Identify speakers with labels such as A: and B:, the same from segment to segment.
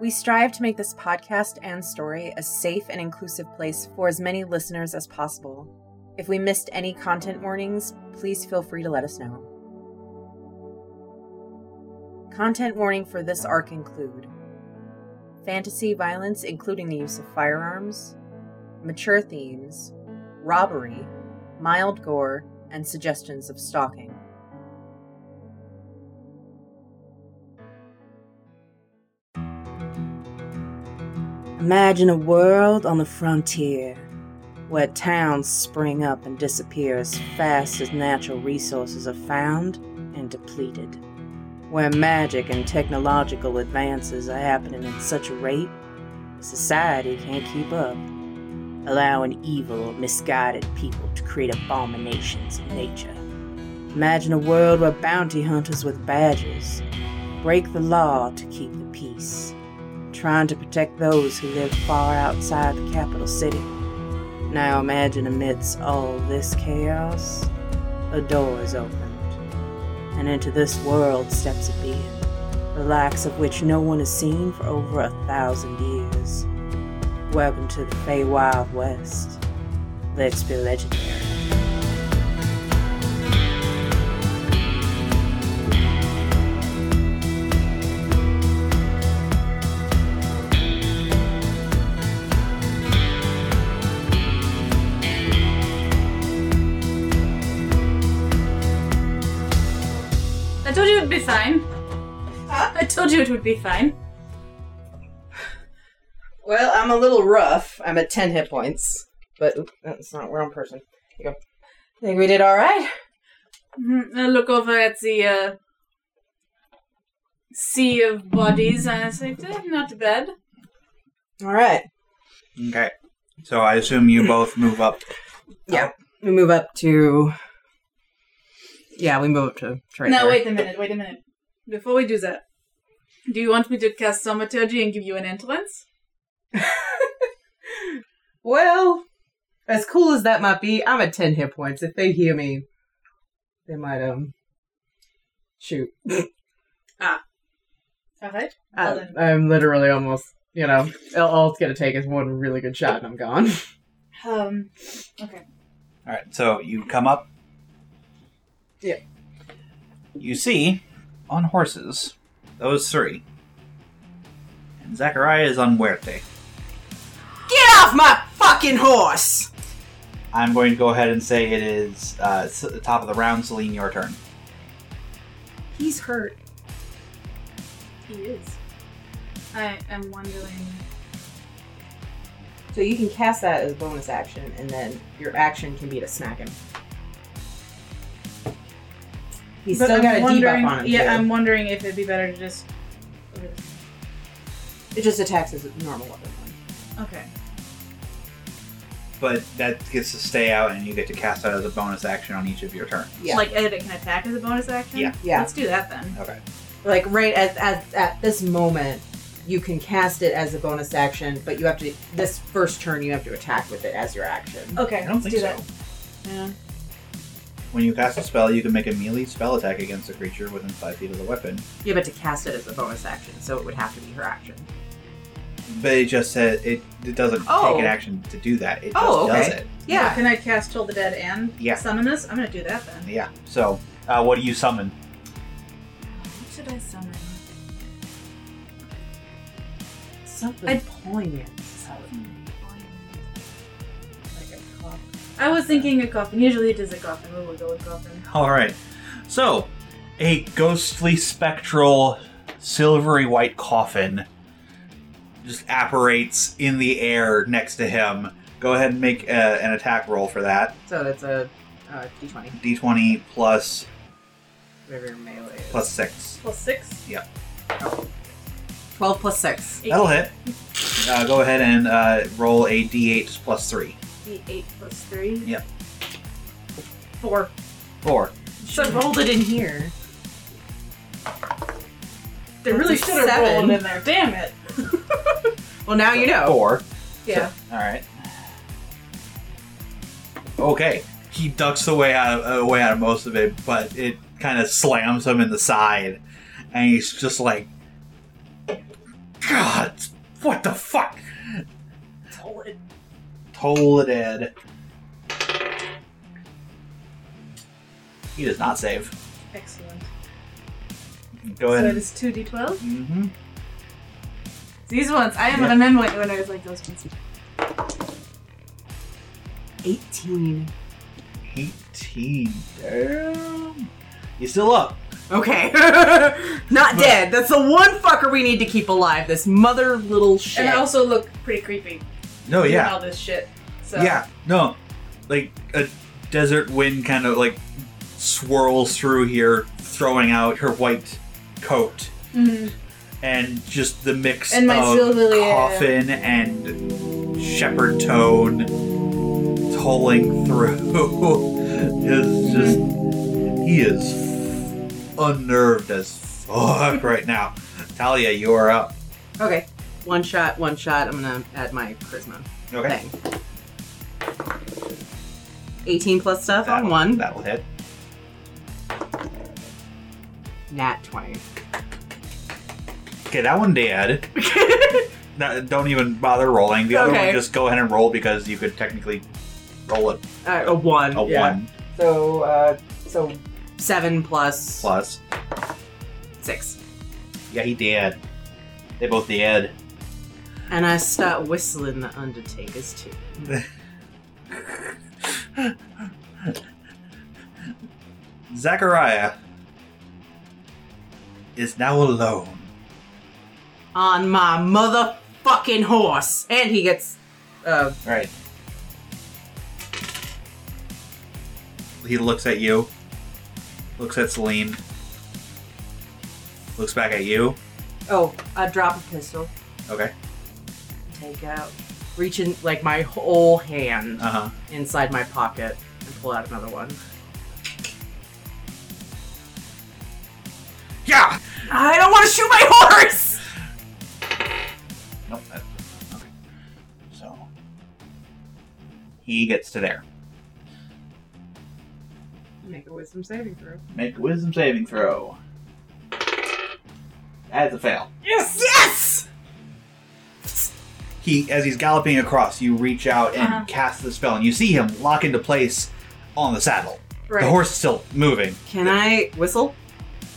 A: We strive to make this podcast and story a safe and inclusive place for as many listeners as possible. If we missed any content warnings, please feel free to let us know. Content warning for this arc include fantasy violence, including the use of firearms, mature themes, robbery, mild gore, and suggestions of stalking. Imagine a world on the frontier where towns spring up and disappear as fast as natural resources are found and depleted. Where magic and technological advances are happening at such a rate, society can't keep up, allowing evil, misguided people to create abominations of nature. Imagine a world where bounty hunters with badges break the law to keep the peace trying to protect those who live far outside the capital city. Now imagine amidst all this chaos, a door is opened, and into this world steps a being, the likes of which no one has seen for over a thousand years. Welcome to the Fey Wild West. Let's be legendary.
B: I told you it would be fine. I told you it would be fine.
A: Well, I'm a little rough. I'm at 10 hit points. But oop, that's not wrong person. Here you go. I think we did all right.
B: Mhm, I look over at the uh, sea of bodies and I say, "Eh, not bad.
A: All right.
C: Okay. So I assume you both move up.
A: Yeah. We move up to. Yeah, we move up to Traeger.
B: no, wait a minute, wait a minute. Before we do that, do you want me to cast Thaumaturgy and give you an entrance?
A: Well, as cool as that might be, I'm at 10 hit points. If they hear me, they might, um. Shoot.
B: Alright.
A: Uh,
B: Well
D: I,
B: then.
D: I'm literally almost, you know, all all it's gonna take is one really good shot and I'm gone.
B: Um, okay.
C: All right. So you come up.
D: Yeah.
C: You see, on horses, those three. And Zachariah is on Huerte.
A: Get off my fucking horse!
C: I'm going to go ahead and say it is uh, s- the top of the round. Celine, your turn.
A: He's hurt.
B: He is. I am wondering.
A: So you can cast that as a bonus action, and then your action can be to smack him. He's
B: But
A: still
B: I'm
A: got a
B: wondering-
A: debuff on him.
B: Yeah,
A: too.
B: I'm wondering if it'd be better to just.
A: It just attacks as a normal weapon.
B: Okay.
C: But that gets to stay out, and you get to cast that as a bonus action on each of your turns.
A: Yeah.
B: Like, edit can attack as a bonus action?
C: Yeah.
A: Yeah.
B: Let's do that then.
C: Okay.
A: like right at, at at this moment you can cast it as a bonus action but you have to this first turn you have to attack with it as your action
B: Okay.
C: I don't think
B: do
C: so.
B: That. Yeah.
C: When you cast a spell, you can make a melee spell attack against a creature within five feet of the weapon.
A: you have to cast it as a bonus action so it would have to be her action
C: But it just says it, it doesn't
A: Oh.
C: take an action to do that. It just
A: Oh, okay.
C: does it.
B: So can I cast Toll the Dead and
C: Yeah.
B: summon this? I'm gonna do that then.
C: Yeah. So, uh, what do you summon?
B: What should I summon?
A: something
B: I-
A: poignant
B: I was thinking a coffin. Usually it is a coffin. We will go with coffin.
C: All right. So, a ghostly, spectral, silvery white coffin just apparates in the air next to him. Go ahead and make uh, an attack roll for that.
D: So that's a uh, D20,
C: D20 plus
D: whatever your melee is.
C: plus six.
B: Plus six.
A: 12 plus 6
B: Eight.
C: That'll hit. Uh, go ahead and uh, roll a D8 plus three.
B: D8 plus three.
C: Yep.
B: Four.
C: Four.
A: should have rolled it in here
B: They
A: That's
B: really
A: a
B: should have
A: seven.
B: rolled in there. Damn it.
A: well now Oh, you know
C: Four.
B: Yeah.
C: All right. Okay. He ducks away out of, away out of most of it, but it kind of slams him in the side, and he's just like God, what the fuck? Toll it Ed. He does not save.
B: Excellent.
C: Go
B: So
C: ahead.
B: it is 2d12.
C: Mhm.
B: These ones, I am
C: Yeah.
B: remembering when I was like those ones.
D: 18.
C: 18. Damn. You still up?
D: Okay. Not dead. That's the one fucker we need to keep alive. This mother little shit.
B: And I also look pretty creepy.
C: No,
B: doing
C: Oh, yeah.
B: All this shit. So
C: Yeah, no. Like a desert wind kind of like swirls through here, throwing out her white coat
B: Mhm.
C: and just the mix
B: And my
C: of
B: silverly-
C: coffin and shepherd tone tolling through is just he is unnerved as fuck right now. Talia, you are up.
D: Okay. One shot, one shot. I'm gonna add my charisma
C: Okay.
D: thing. 18 plus stuff
C: That-
D: on one.
C: That'll hit.
D: Nat 20.
C: Okay, that one dead. that, don't even bother rolling. The other
D: Okay.
C: one, just go ahead and roll because you could technically roll it
D: Uh, a one.
C: a
E: Yeah.
C: one
E: So, uh, so
D: Seven plus
C: plus.
D: six.
C: Yeah, he dead. They both dead.
D: And I start whistling the Undertaker's too.
C: Zachariah is now alone.
D: On my motherfucking horse. And he gets uh
C: All right. He looks at you. Looks at Celine. Looks back at you.
D: oh, I drop a pistol.
C: Okay.
D: Take out. Reach in like my whole hand
C: Uh huh.
D: inside my pocket and pull out another one.
C: Yeah.
D: I don't wanna shoot my horse!
C: Nope. That, okay. So he gets to there.
D: Make a wisdom saving throw.
C: Make a wisdom saving throw. That's a fail.
D: Yes! Yes!
C: He, as he's galloping across, you reach out and
B: Uh-huh.
C: cast the spell, and you see him lock into place on the saddle.
B: Right.
C: The horse is still moving.
D: Can I whistle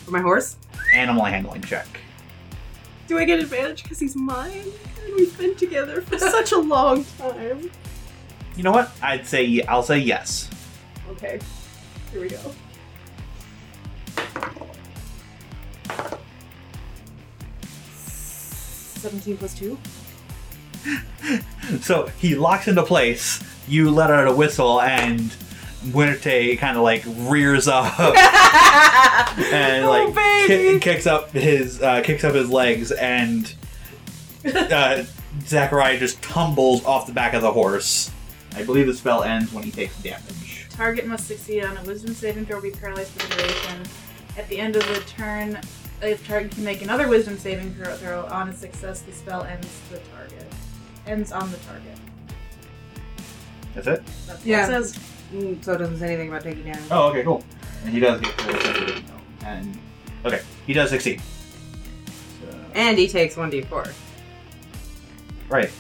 D: for my horse?
C: Animal handling check.
D: Do I get advantage because he's mine? And we've been together for such a long time.
C: You know what? I'd say ye- I'll say yes.
D: Okay, here we go. Seventeen plus two.
C: So he locks into place. You let out a whistle, and Muerte kind of like rears up and
D: Oh,
C: like ki-
D: baby.
C: kicks up his uh, kicks up his legs, and uh, Zachariah just tumbles off the back of the horse. I believe the spell ends when he takes damage.
B: Target must succeed on a wisdom saving throw or be paralyzed for the duration. At the end of the turn, if target can make another wisdom saving throw, throw on a success, the spell ends the target. Ends on the target.
C: That's it.
B: That's what
E: Yeah.
B: it says.
E: Mm, so it doesn't say anything about taking damage.
C: Oh, okay, cool. And he does get the and okay, he does succeed. So-
D: And he takes one d four.
C: Right.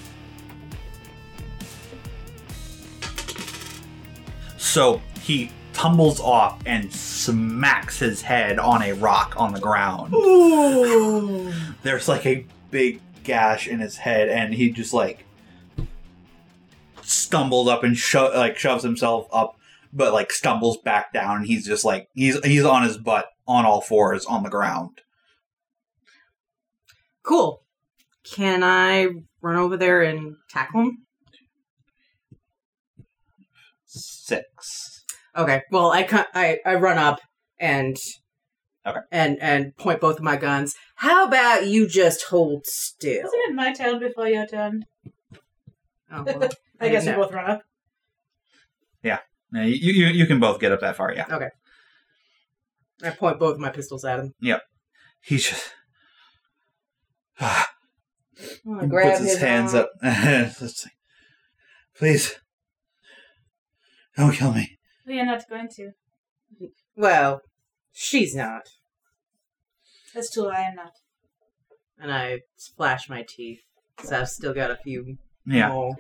C: So he tumbles off and smacks his head on a rock on the ground.
D: Ooh.
C: There's like a big gash in his head, and he just like stumbles up and sho- like shoves himself up, but like stumbles back down. And he's just like he's he's on his butt on all fours on the ground.
D: Cool. Can I run over there and tackle him?
C: Six.
D: Okay. Well, I cu- I I run up and
C: Okay.
D: and and point both of my guns. How about you just hold still?
B: Wasn't it my town before your town?
D: Oh, well,
B: I guess we
D: no.
B: both run up.
C: Now, you, you you can both get up that far, yeah.
D: I point both of my pistols at him.
C: He's just.
E: Oh, I
C: He
E: grab
C: puts his, hands
E: arm.
C: up. Let's see. Please, don't kill me.
B: We are not going to.
D: Well, she's not.
B: That's true, I am not.
D: and I splash my teeth. So I've still got a few
E: Oh.
C: Yeah.
D: more.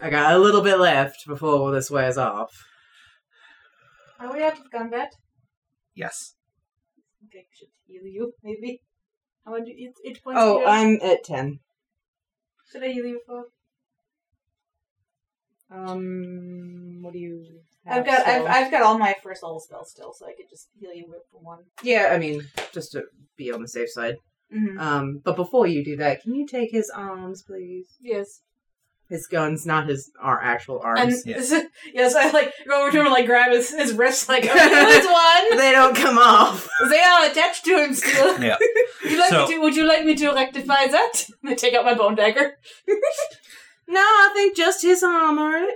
D: I got a little bit left before this wears off.
F: Are we out of combat?
C: Yes.
B: I think I should heal you, maybe. How much? It, it points
D: Oh,
B: to
D: I'm at ten.
B: Should I heal you for?
D: Um, what do you?
B: I've got I've,
D: still?
B: I've got all my first level spells still, so I could just heal you with for one.
D: Yeah, I mean, just to be on the safe side.
B: Mm-hmm.
D: Um, but before you do that, can you take his arms, please?
B: Yes.
D: His guns, not his our actual
B: And
D: arms.
C: Yeah.
B: yes. I like go over to him and like grab his, his wrist, like oh, there's one.
D: they don't come off.
B: They are attached to him still.
C: Yeah.
B: Would you like
C: So-
B: me to? Would you like me to rectify that? I take out my bone dagger.
D: No, I think just his armor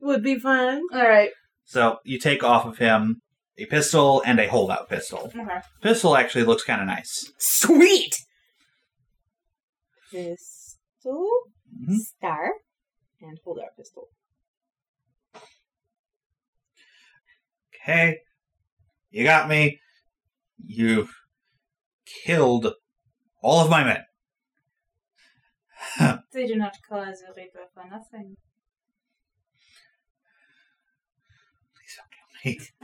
D: would be fine.
B: All right.
C: So you take off of him a pistol and a holdout pistol.
B: Okay.
C: Pistol actually looks kind of nice.
D: Sweet.
G: Pistol,
B: Hmm?
E: Mm-hmm.
C: Mhm.
G: star, and hold our pistol.
C: Okay. You got me. You've killed all of my men.
B: They do not call the reaper for nothing.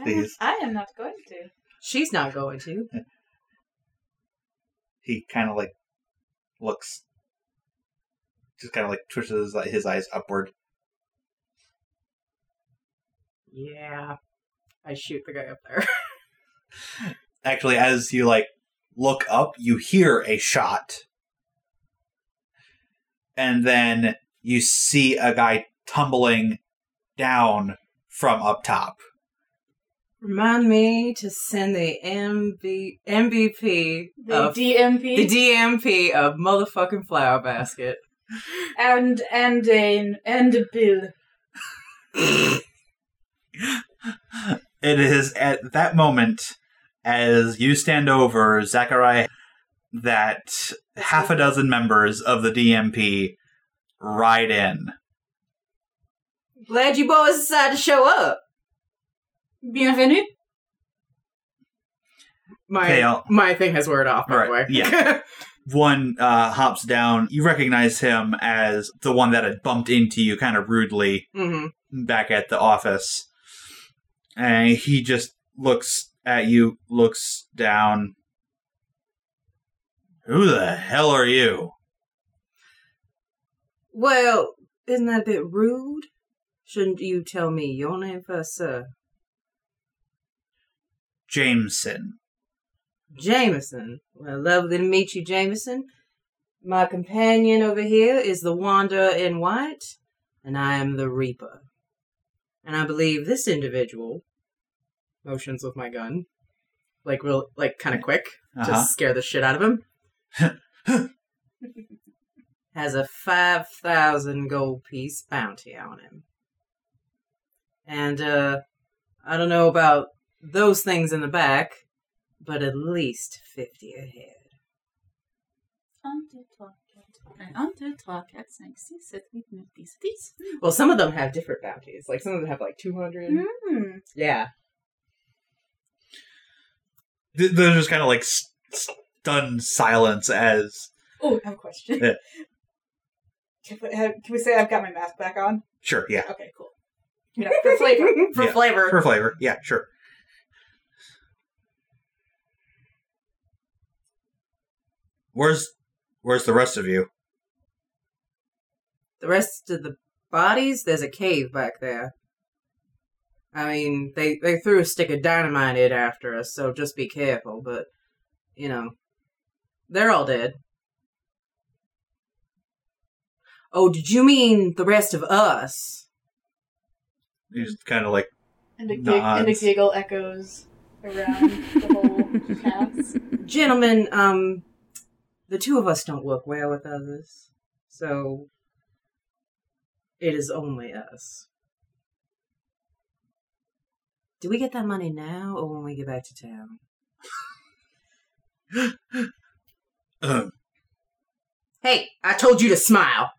C: Please.
B: I am not going to.
D: She's not going to.
C: He kind of like looks, just kind of like twishes his- his eyes upward.
D: Yeah. I shoot the guy up there.
C: actually as you like look up you hear a shot and then you see a guy tumbling down from up top
D: Remind me to send the MB- MVP
F: The
D: of
F: DMP
D: the DMP of motherfucking flower basket.
F: and and a and a bill.
C: it is at that moment as you stand over zachariah that half a dozen members of the dmp ride in
D: Glad you boys decided to show up.
B: Bienvenue.
H: My
C: Okay, I'll-
H: my thing has word off, by the way.
C: Right, yeah. one uh, hops down. You recognize him as the one that had bumped into you kind of rudely
H: hmm
C: back at the office. And he just looks at you, looks down. Who the hell are you?
D: Well, isn't that a bit rude? Shouldn't you tell me your name first, sir?
C: Jameson.
D: Jameson. Well, lovely to meet you, Jameson. My companion over here is the Wanderer in White, and I am the Reaper. And I believe this individual
H: Motions with my gun, like real, like kind of quick,
C: Uh-huh.
H: just scare the shit out of him.
D: has a 5,000 gold piece bounty on him. And, uh, I don't know about those things in the back, but at least 50 ahead.
B: Un, deux, trois, quatre. Un, un, deux, trois, quatre, cinq, six, sept, huit, neuf, dix, dix.
H: Well, some of them have different bounties. Like some of them have like two hundred.
B: Mm.
H: Yeah,
C: Th- There's just kind of like s- stunned silence as.
B: Oh, I have a question.
C: Yeah.
B: Can, we, have, can we say I've got my mask back on?
C: Sure, yeah.
B: Okay, cool. You know, for flavor.
H: for
C: Yeah.
H: flavor.
C: For flavor. Yeah, sure. Where's where's the rest of you?
D: The rest of the bodies, there's a cave back there. I mean, they, they threw a stick of dynamite in after us, so just be careful, but, you know, they're all dead. Oh, did you mean the rest of us?
C: He just kind of like
F: And a, gig-
C: Nods.
F: and a giggle echoes around the whole house.
D: gentlemen, um, the two of us don't work well with others, so it is only us. Do we get that money now or when we get back to town?
C: "Ugh."
D: Hey, I told you to smile.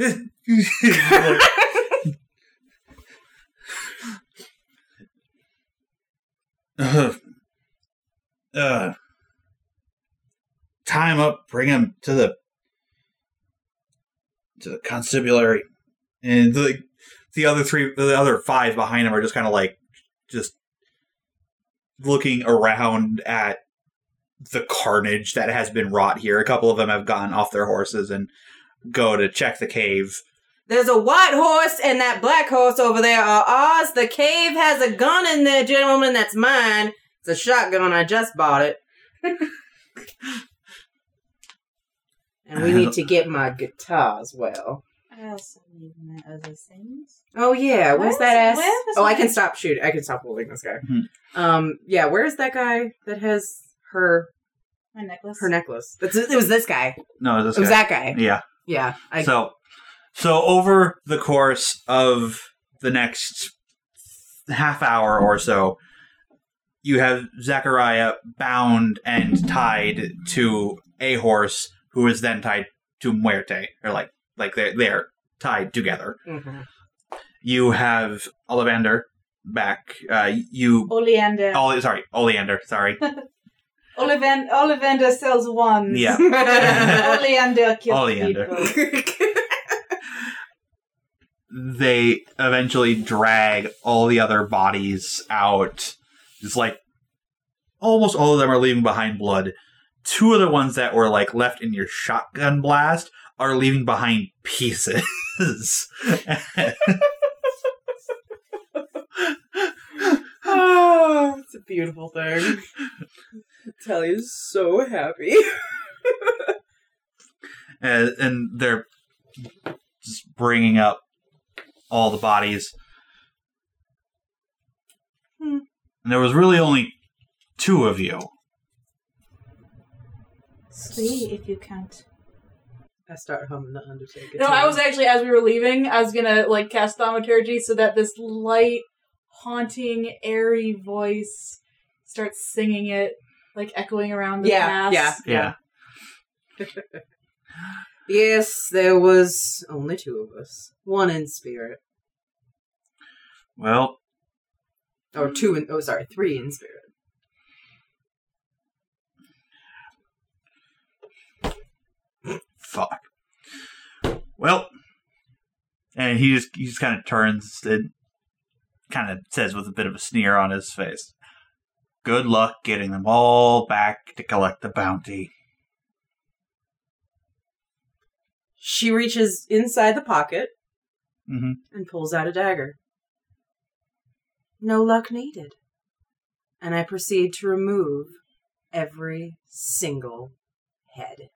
C: Like, "Ugh. Ugh. tie him Uh, up, bring him to the to the constabulary, and the the other three, the other five behind him are just kind of like just looking around at the carnage that has been wrought here. A couple of them have gotten off their horses and go to check the cave.
D: There's a white horse and that black horse over there are ours. The cave has a gun in there, gentlemen. That's mine. It's a shotgun. I just bought it. and we need to get my guitar as well.
B: I also need my other things.
D: Oh yeah, where's
B: Where's-
D: that ass?
B: where was
D: oh, I
B: my-
D: can stop shoot. I can stop holding this guy.
H: Mm-hmm.
C: Mhm.
D: Um, yeah, where's that guy that has her
B: My necklace.
D: her necklace? That's, it was this guy.
C: No, this
D: It was
C: guy.
D: that guy.
C: Yeah.
D: Yeah, I
C: so, so over the course of the next half hour or so, you have Zechariah bound and tied to a horse, who is then tied to Muerte, or like like they're they're tied together.
D: Mhm.
C: You have Ollivander back. Uh, you,
G: Oleander.
C: Oli, sorry, Oleander, sorry,
G: Olivan- Olivander sells wands.
C: yeah.
G: Oleander kills
C: Oleander.
G: people.
C: they eventually drag all the other bodies out. It's like almost all of them are leaving behind blood. Two of the ones that were like left in your shotgun blast are leaving behind pieces.
H: Oh, it's a beautiful thing. Tally is so happy.
C: and, and they're just bringing up all the bodies.
G: Hmm.
C: And there was really only two of you.
B: Three, if you count.
D: I start humming the Undertaker.
F: No, I was actually as we were leaving, I was gonna like cast thaumaturgy so that this light, haunting, airy voice starts singing it, like echoing around the
D: Yeah,
F: past.
D: yeah. Yes, there was only two of us. One in spirit,
C: Well,
B: Mm.
D: or two in. Oh, sorry, three in spirit.
C: fuck. Well, and he just he just kind of turns and kind of says with a bit of a sneer on his face, "Good luck getting them all back to collect the bounty."
D: She reaches inside the pocket
C: hmm
D: and pulls out a dagger. No luck needed. And I proceed to remove every single head.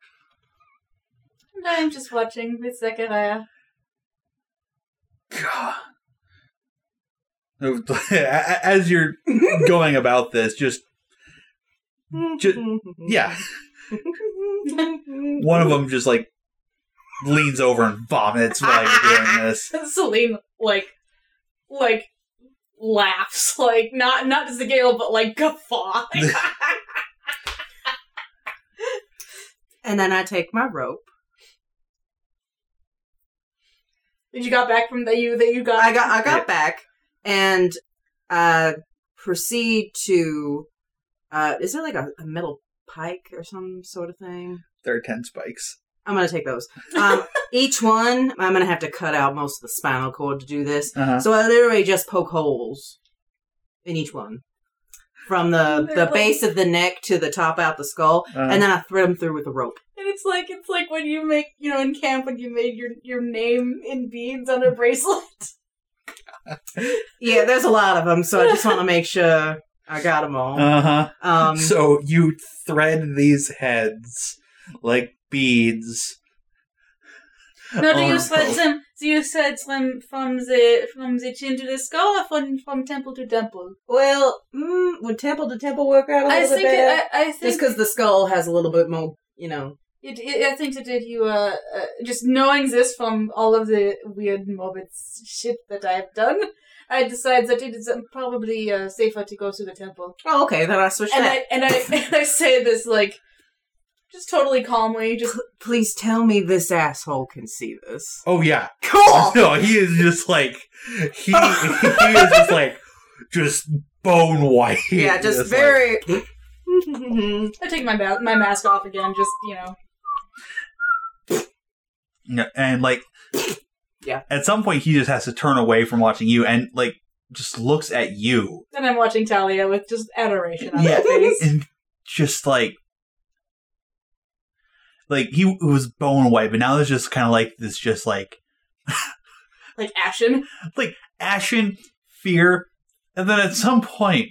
F: And I'm just watching with Zechariah.
C: God. As you're going about this, just Ju- yeah, one of them just like leans over and vomits while you're doing this.
F: Celine like, like laughs like not not just the gale but like guffaw.
D: And then I take my rope.
F: Did you got back from that you that you got?
D: I got I got back and uh proceed to uh is it like a, a metal pike or some sort of thing?
C: There are ten spikes.
D: I'm gonna take those. Um, each one, I'm gonna have to cut out most of the spinal cord to do this.
C: Uh-huh.
D: So I literally just poke holes in each one, from the the
F: Literally.
D: base of the neck to the top out the skull,
C: Uh-huh.
D: and then I thread them through with a rope.
F: And it's like it's like when you make you know in camp when you made your your name in beads on a bracelet.
D: Yeah, there's a lot of them, so I just want to make sure I got them all.
C: uh huh.
D: Um,
C: so you thread these heads like beads.
B: No, do
C: Or
B: you
C: both.
B: said them? Do you said them from the from the chin to the skull, or from from temple to temple?
D: well, mm, would temple to temple work out a
F: Oh,
D: little
B: I
D: bit
B: think
D: better?
B: it, I, I
D: just
B: think
D: because the skull has a little bit more, you know.
F: It, it, I think that if you, uh, uh, just knowing this from all of the weird morbid s- shit that I've done, I decide that it is um, probably uh, safer to go to the temple.
D: Oh, okay, then I switch
F: And
D: that.
F: I and I and I say this like, just totally calmly, just
D: Please tell me this asshole can see this.
C: Oh yeah.
D: Cool.
C: No, he is just like he he is just like just bone white.
D: Yeah, just
C: like-
D: very.
F: I take my ba- my mask off again, just you know.
C: Yeah, and like,
H: Yeah.
C: At some point, he just has to turn away from watching you and like just looks at you.
F: Then I'm watching Talia with just adoration on
C: Yeah.
F: her face.
C: and just like like he was bone white, but now there's just kind of like this just like
F: like action.
C: ashen fear, and then at some point,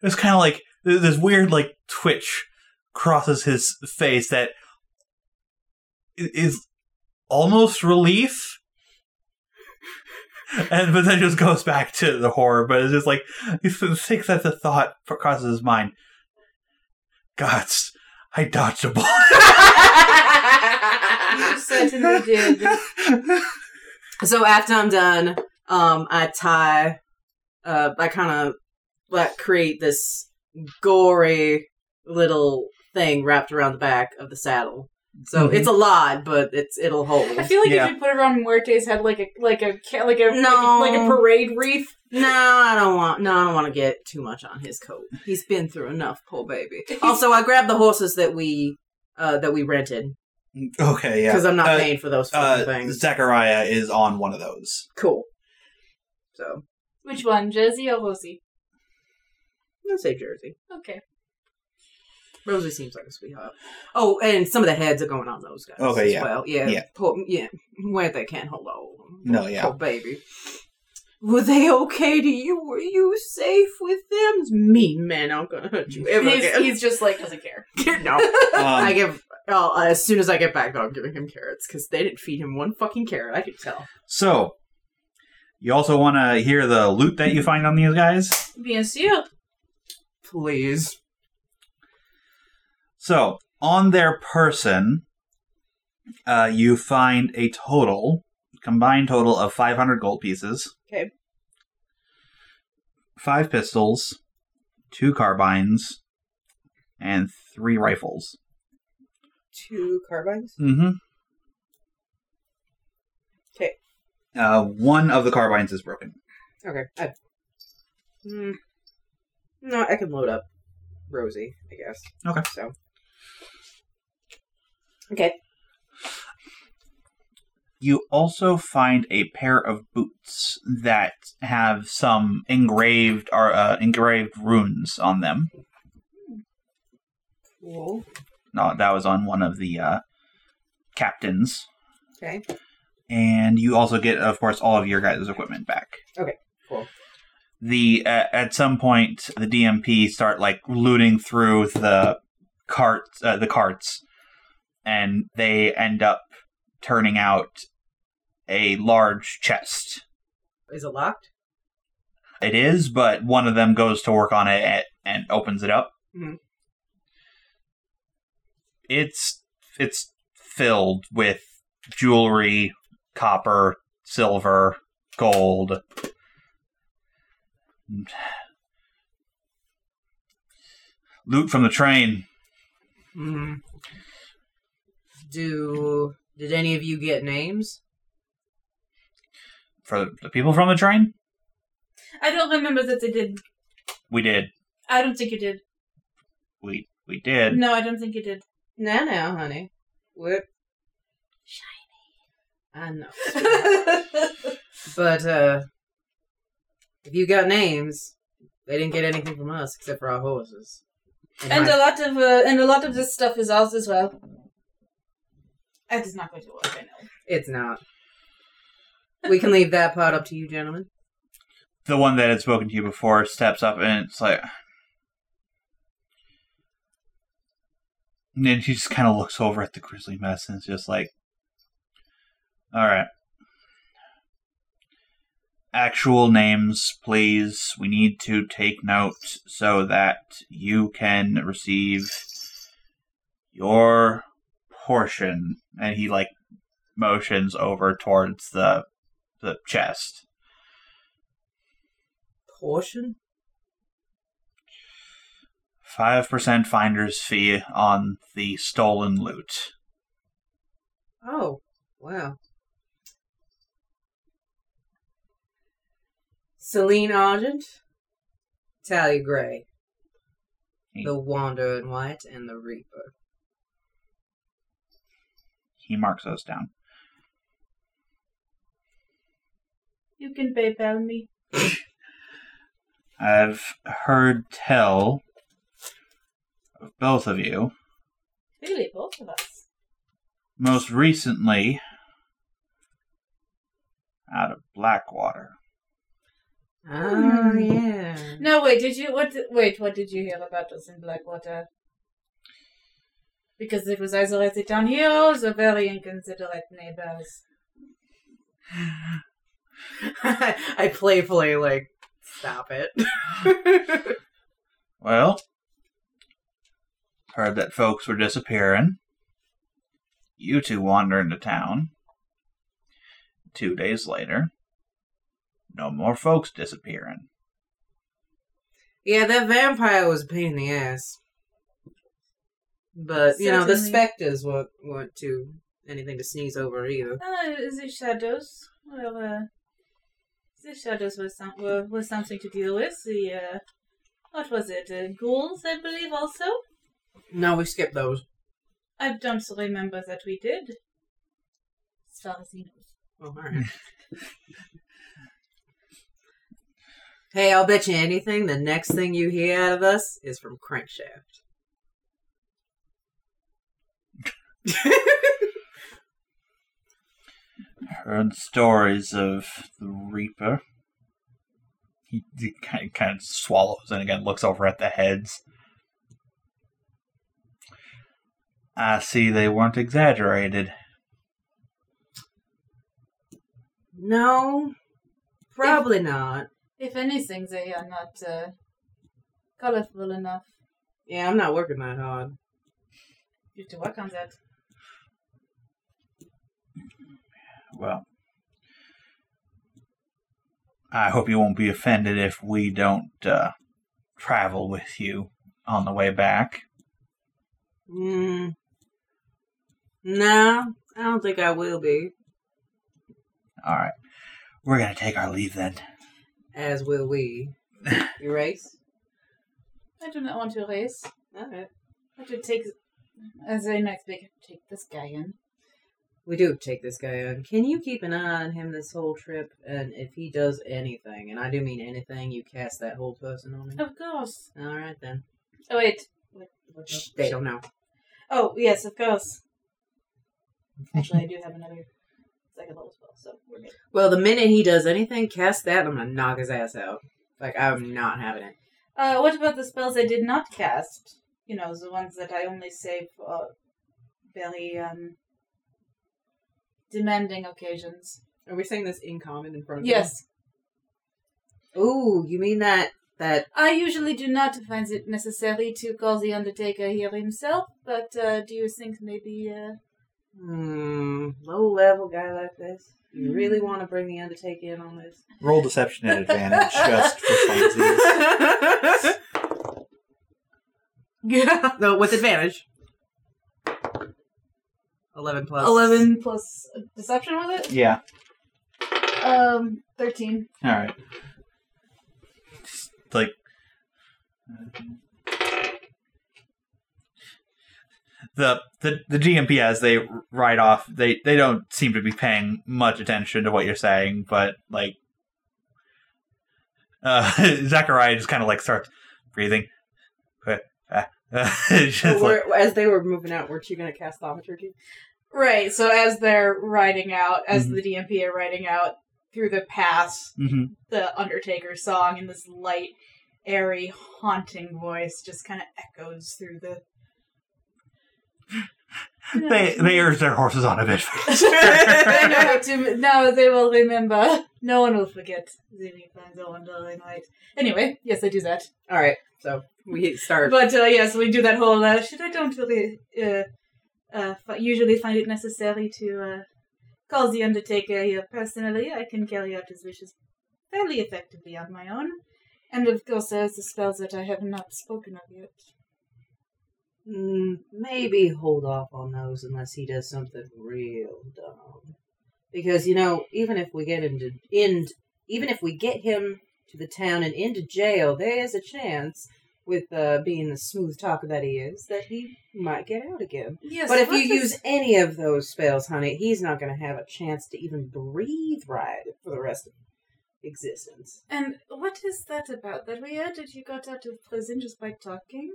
C: there's kind of like th- this weird like twitch crosses his face that i- is almost relief. And but then just goes back to the horror, but it's just like think that the thought crosses his mind. Gods, I dodged a bullet.
G: You certainly did.
D: So after I'm done, um, I tie, uh, I kind of like create this gory little thing wrapped around the back of the saddle. So
C: Mhm.
D: it's a lot, but it's it'll hold.
F: I feel like
C: Yeah.
F: you should put around Muerte's head like a like a ca- like a
D: No.
F: like, a, like a parade wreath.
D: No, I don't want. No, I don't want to get too much on his coat. He's been through enough, poor baby. Also, I grabbed the horses that we uh, that we rented
C: okay, yeah.
D: because I'm not
C: Uh,
D: paying for those fucking
C: Uh,
D: things.
C: Zachariah is on one of those.
D: Cool. So
B: Which one, Jersey or Rosie?
D: I'm gonna say Jersey.
B: Okay.
D: Rosie seems like a sweetheart. Oh, and some of the heads are going on those guys.
C: Okay,
D: as
C: yeah.
D: Well, yeah,
C: Yeah.
D: Poor, yeah. Where they can't hold all of them.
C: No, yeah.
D: Poor baby. Were they okay to you? Were you safe with them? Mean men aren't gonna hurt you ever
F: He's,
D: again.
F: he's just like doesn't care.
D: no. I
C: Um,
D: give. Oh, as soon as I get back, though, I'm giving him carrots because they didn't feed him one fucking carrot. I could tell.
C: So, you also want to hear the loot that you find on these guys?
F: Bien sûr.
D: Please.
C: So, on their person, uh, you find a total, combined total of 500 gold pieces.
D: Okay.
C: Five pistols, two carbines, and three rifles.
H: Two carbines.
C: Mm-hmm.
H: 'Kay.
C: Uh, one of the carbines is broken.
D: Okay. I, Hmm. No, I can load up Rosie, I guess.
C: Okay.
D: So.
C: You also find a pair of boots that have some engraved or uh, engraved runes on them.
H: Cool.
C: No, Uh, that was on one of the uh, captains.
D: Okay.
C: And you also get, of course, all of your guys' equipment back.
D: Okay, cool.
C: The uh, at some point the DMP start like looting through the carts, uh, the carts, and they end up turning out a large chest.
D: Is it locked?
C: it is, but one of them goes to work on it and, and opens it up.
D: Mhm.
C: It's it's filled with jewelry, copper, silver, gold. Loot from the train.
D: Mm. Do did any of you get names?
C: For the people from the train?
B: I don't remember that they did.
C: We did.
B: I don't think you did.
C: We we did.
B: No, I don't think you did.
D: No, no, honey. What? Shiny. I know. But uh if you got names, they didn't get anything from us except for our horses.
B: And
D: my-
B: a lot of uh, and a lot of this stuff is ours as well.
F: That is not going to work. I know.
D: it's not. We can leave that part up to you, gentlemen.
C: the one that had spoken to you before steps up and it's like and then she just kind of looks over at the grizzly mess and it's just like all right actual names please we need to take note so that you can receive your portion and he like motions over towards the the chest
D: Portion?
C: Five percent finder's fee on the stolen loot.
D: Oh, wow. Celine Argent, Talia Gray.
C: He,
D: The Wanderer in White and the Reaper.
C: he marks those down.
F: You can PayPal me.
C: I've heard tell of both of you.
B: Really, both of us.
C: Most recently, out of Blackwater.
D: Oh, yeah.
B: No, wait. Did you what? Did, wait, what did you hear about us in Blackwater? Because it was isolated down here, also very inconsiderate neighbors.
D: I playfully, like, stop it.
C: Well, heard that folks were disappearing. You two wander into town. Two days later, no more folks disappearing.
D: yeah, that vampire was a pain in the ass. But, you know, the
B: Certainly.
D: specters weren't, weren't too anything to sneeze over either.
B: Uh, the shadows were. Uh, the shadows were some were, were something to deal with. The uh, what was it? Uh, ghouls, I believe. Also,
D: No, we skipped those.
B: I don't remember that we did. As far as he knows.
D: Oh, all right. hey, I'll bet you anything the next thing you hear out of us is from Crankshaft.
C: Heard stories of the Reaper. He, he kind, of, kind of swallows and again looks over at the heads. I see they weren't exaggerated.
D: No, probably not.
B: If anything, they are not uh, colorful enough.
D: Yeah, I'm not working that hard.
B: You have to work on that.
C: Well, I hope you won't be offended if we don't uh, travel with you on the way back.
D: Mm. No, I don't think I will be.
C: All right. We're going to take our leave then.
D: As will we. You race?
B: I do not want to race.
D: Alright.
B: I should take. As I next big, take this guy in.
D: We do take this guy on. Can you keep an eye on him this whole trip? And if he does anything, and I do mean anything, you cast that whole person on me?
B: Of course.
D: All right then.
B: Oh wait. What- what-
D: Shh, They don't know.
B: Oh yes, of course. Actually, I do have another second level spell, so we're good.
D: Well, the minute he does anything, cast that. I'm gonna knock his ass out. Like I'm not having it.
B: Uh, what about the spells I did not cast? You know, the ones that I only save for very um demanding occasions.
D: Are we saying this in common in front
B: Yes,
D: Ooh, you mean that that
B: I usually do not find it necessary to call the Undertaker here himself, but uh, do you think maybe uh,
D: hmm, low level guy like this? You really want to bring the Undertaker in on this?
C: Roll deception at advantage just for funsies.
D: yeah. No, with advantage. Eleven plus
B: eleven plus deception with it?
C: Yeah.
B: Um, thirteen.
C: All right. Just, like the the the GMP as they ride off, they they don't seem to be paying much attention to what you're saying, but like uh Zachariah just kind of like starts breathing. It's
D: So
C: just like,
D: we're- as they were moving out, weren't you going to cast thaumaturgy?
F: Right, so as they're riding out, as
C: Mhm.
F: the DMP are riding out through the pass,
C: mhm.
F: the Undertaker song in this light, airy, haunting voice just kind of echoes through the.
C: they they urge their horses on a bit.
B: I know how to. Now they will remember. No one will forget. They need plans all on the night. Anyway, yes, I do that.
D: All right, so we start.
B: But uh, yes, we do that whole. Uh, should I don't really uh, uh, fi- usually find it necessary to uh, call the Undertaker here personally. I can carry out his wishes fairly effectively on my own. And of course, there's the spells that I have not spoken of yet.
D: Mm, maybe hold off on those unless he does something real dumb. Because you know, even if we get him to end, even if we get him to the town and into jail, there is a chance with uh, being the smooth talker that he is, that he might get out again.
F: Yes,
D: But if you
F: what does-
D: use any of those spells, honey, he's not going to have a chance to even breathe right for the rest of existence.
B: And what is that about? That we heard that you got out of prison just by talking?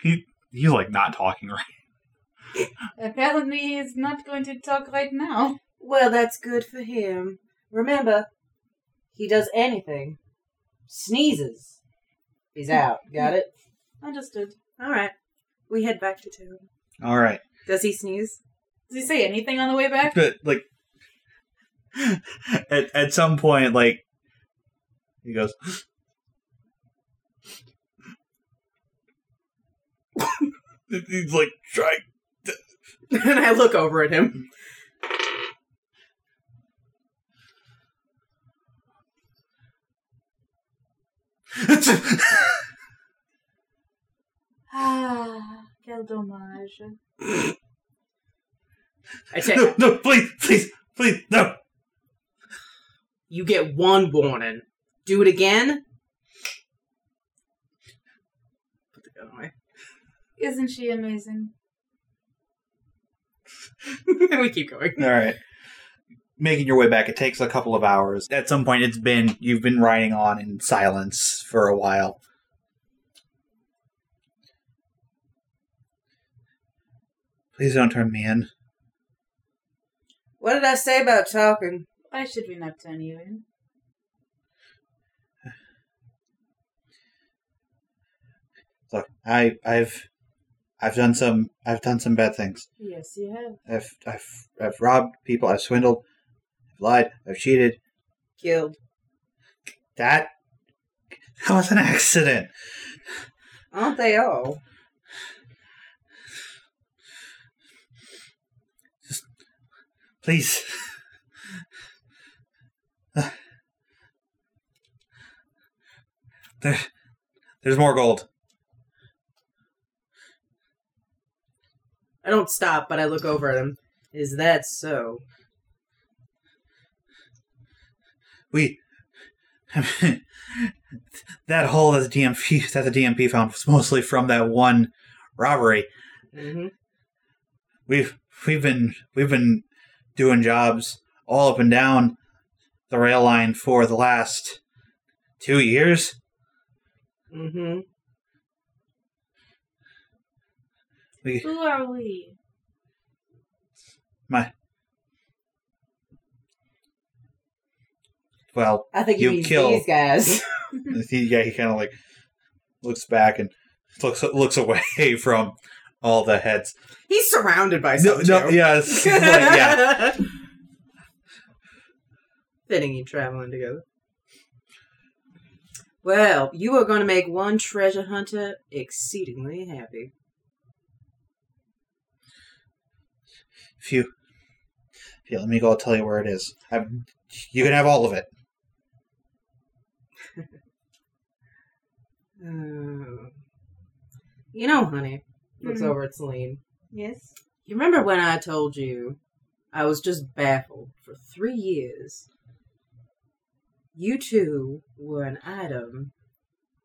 C: He he's like not talking right.
B: Apparently, he is not going to talk right now.
D: Well, that's good for him. Remember, he does anything, sneezes, he's out. Got it?
B: Understood.
D: Hmm. All right. We head back to town.
C: All right.
D: Does he sneeze?
B: Does he say anything on the way back?
C: but like at at some point like he goes he's like trying
H: and I look over at him.
B: Ah, quel dommage.
H: I
C: no
H: say,
C: no please please please no
D: You get one warning. Do it again? Put the gun away.
B: Isn't she amazing?
D: and we keep going.
C: all right making your way back it takes a couple of hours at some point it's been you've been riding on in silence for a while please don't turn me in
D: What did I say about talking?
B: Why should we not turn you in?
C: Look, I, I've, I've done some, I've done some bad things.
B: Yes, you have.
C: I've, I've, I've robbed people. I've swindled. I've lied. I've cheated.
D: Killed.
C: That, that was an accident.
D: Aren't they all?
C: Please. There, there's more gold.
D: I don't stop, but I look over at him. Is that so?
C: We. that hole that the DMP that the DMP found was mostly from that one robbery.
D: Mm-hmm.
C: we've we've been we've been doing jobs all up and down the rail line for the last two years.
D: Mm-hmm.
C: We,
B: Who are we?
C: well,
D: I think
C: You
D: you mean
C: killed.
D: these guys.
C: he, yeah, he kind of like looks back and looks looks away from all the heads.
D: He's surrounded by
C: No,
D: some
C: no,
D: Jew.
C: yeah, it's like, yeah.
D: Fitting you traveling together. Well, you are going to make one treasure hunter exceedingly happy.
C: If you, if you let me go, I'll tell you where it is. I, you can have all of it.
D: Oh. You know, honey, looks
B: Mhm.
D: over at Celine.
B: Yes.
D: You remember when I told you I was just baffled for three years? You two were an item,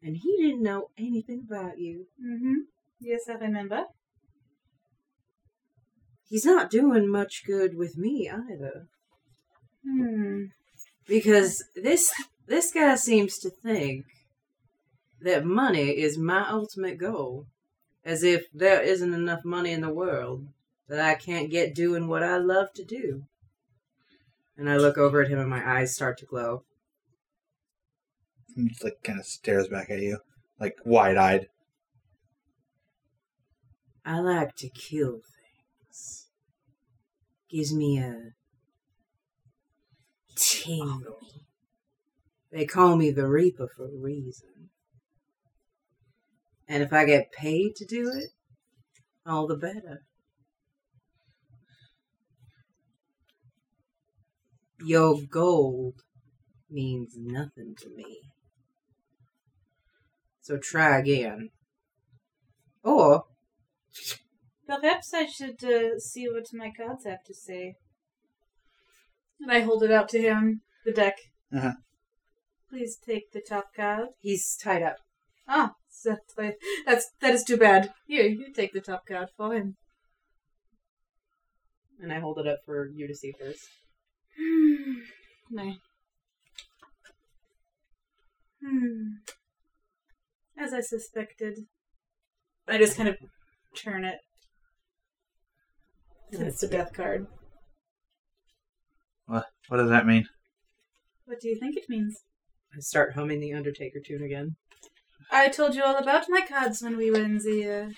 D: and he didn't know anything about you.
B: Mm-hmm. Yes, I remember.
D: He's not doing much good with me either,
B: Hmm.
D: because this this guy seems to think that money is my ultimate goal, as if there isn't enough money in the world that I can't get doing what I love to do. And I look over at him, and my eyes start to glow.
C: He just like kind of stares back at you, like wide eyed.
D: I like to kill things. Gives me a tingle. They call me the Reaper for a reason. And if I get paid to do it, all the better. Your gold means nothing to me. So try again. Or
B: Perhaps I should uh, see what my cards have to say. And I hold it out to him, the deck.
C: Uh-huh.
B: Please take the top card.
D: He's tied up.
B: Ah, so that's that's that is too bad. Here, you take the top card for him.
H: And I hold it up for you to see first.
B: no. Hmm. As I suspected, I just kind of turn it. And it's a death card.
C: What, what does that mean?
B: What do you think it means?
H: I start humming the Undertaker tune again.
B: I told you all about my cards when we were in the uh,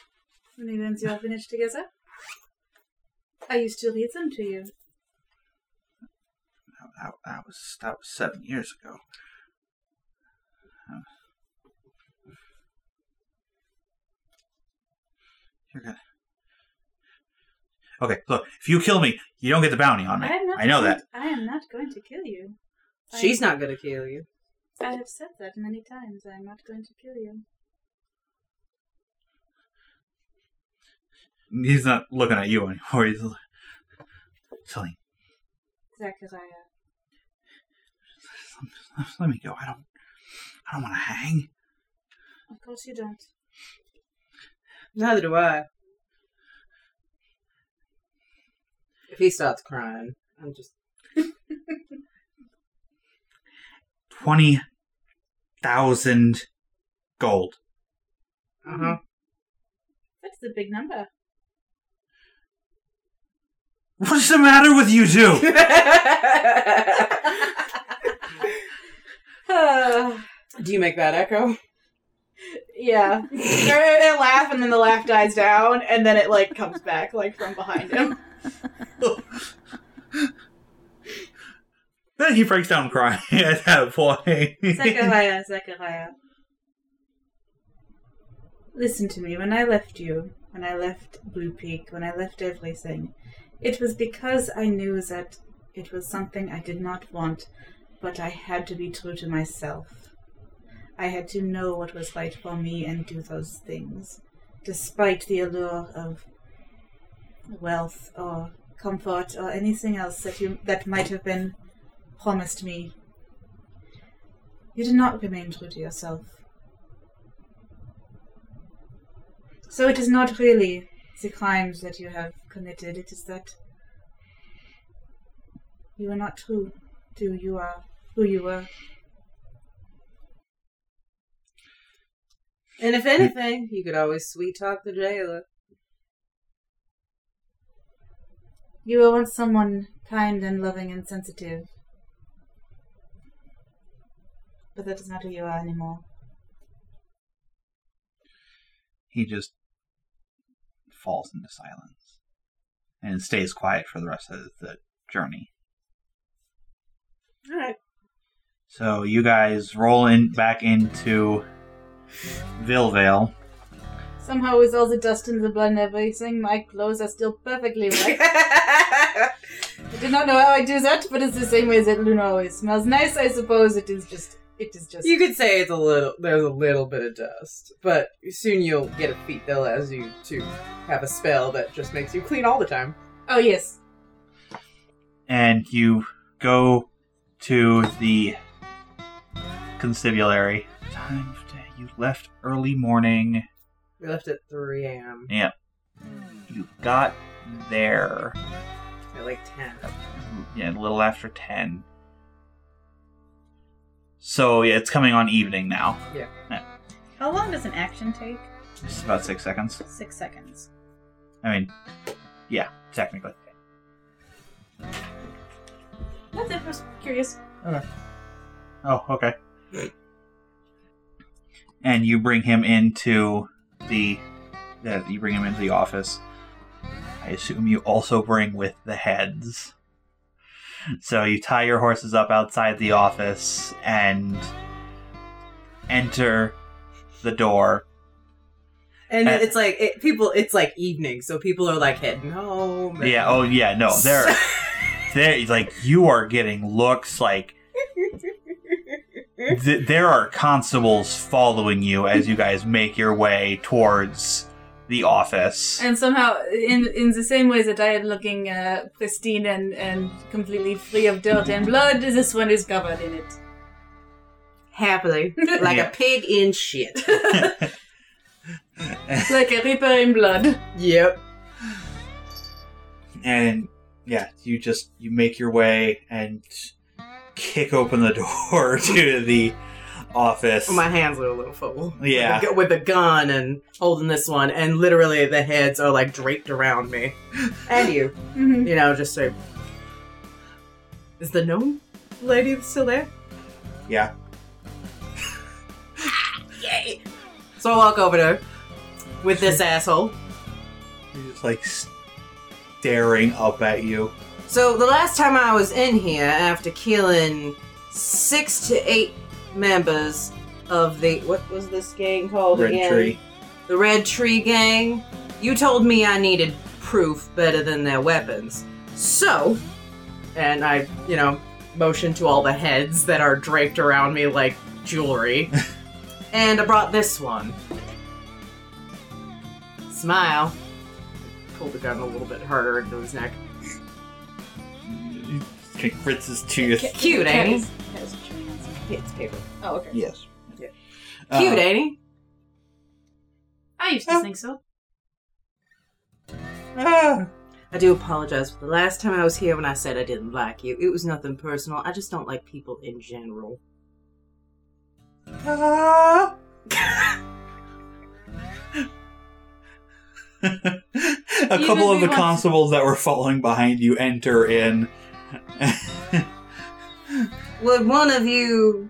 B: when we were in the orphanage together. I used to read them to you.
C: That, that, that was that was seven years ago. Um, You're gonna. Okay, look. If you kill me, you don't get the bounty on me.
B: I am not
C: Oh, I know
B: going-
C: that.
B: I am not going to kill you. I-
D: She's not gonna kill you.
B: I have said that many times. I am not going to kill you.
C: He's not looking at you anymore. He's like, Celine,
B: Zachariah.
C: let me go. I don't. I don't want to hang.
B: Of course you don't.
D: Neither do I. If he starts crying, I'm just
C: Twenty thousand gold.
D: uh huh.
B: That's a big number.
C: What's the matter with you two?
H: Do you make that echo?
F: Yeah. they laugh, and then the laugh dies down, and then it like comes back like from behind him.
C: then he breaks down crying at that point.
B: Zachariah, Zachariah. Listen to me. When I left you, when I left Blue Peak, when I left everything, it was because I knew that it was something I did not want, but I had to be true to myself. I had to know what was right for me and do those things, despite the allure of wealth or comfort or anything else that you that might have been promised me you did not remain true to yourself. So it is not really the crimes that you have committed, it is that you are not true to you are who you were.
D: And if anything, you could always sweet talk the jailer.
B: You were once someone kind and loving and sensitive. But that is not who you are anymore.
C: he just falls into silence and stays quiet for the rest of the journey.
H: All right.
C: So you guys roll in back into Vilvale.
B: Somehow, with all the dust and the blood and everything, my clothes are still perfectly wet. I do not know how I do that, but it's the same way that Luna always smells nice. I suppose it is just, it is just.
D: You could say it's a little. There's a little bit of dust, but soon you'll get a feat that allows you to have a spell that just makes you clean all the time.
B: oh yes,
C: and you go to the constabulary. Time of day. You left early morning.
D: We left at 3 a.m.
C: You got there,
D: at like 10.
C: yeah, a little after ten. So yeah, it's coming on evening now.
G: How long does an action take?
C: Just about six seconds.
G: Six seconds.
C: I mean, yeah, technically.
B: that's it. I was curious.
C: Oh, okay. And you bring him into the, uh, you bring him into the office. I assume you also bring with the heads. So you tie your horses up outside the office and enter the door.
D: And
C: And-
D: it's like it, people. It's like evening, so people are like heading home. and-
C: Yeah. Oh, yeah. No, they're they're like you are getting looks like. Th- there are constables following you as you guys make your way towards the office.
B: And somehow, in in the same way that I am looking uh, pristine and and completely free of dirt and blood, this one is covered in it.
D: happily, like
C: Yeah.
D: a pig in shit.
F: like a reaper in blood.
D: yep.
C: and yeah, you just you make your way and kick open the door to the office.
D: My hands are a little full.
C: Yeah.
D: With a gu- With a gun and holding this one, and literally the heads are like draped around me. And you.
F: Mhm.
D: You know, just so. Is the gnome lady still there?
C: Yeah.
D: Yay! So I walk over to her with this asshole.
C: He's just like staring up at you.
D: So the last time I was in here, after killing six to eight members of the what was this gang called
C: Red
D: again?
C: tree.
D: The Red Tree Gang. You told me I needed proof better than their weapons. So, and I, you know, motion to all the heads that are draped around me like jewelry. and I brought this one. Smile. Pulled the gun a little bit harder into his neck.
C: He Ritzes to your
D: Cute, ain't he?
F: Yes.
D: It's paper.
F: Oh, okay.
C: Yes.
H: Yeah.
D: Cute,
C: Uh,
D: ain't he?
B: I used to think so.
D: Ah, I do apologize for the last time I was here when I said I didn't like you. It was nothing personal. I just don't like people in general. Ah,
C: a
B: Even
C: couple
B: if
C: of
B: he
C: the
B: wants-
C: constables that were following behind you enter in.
D: Would one of you,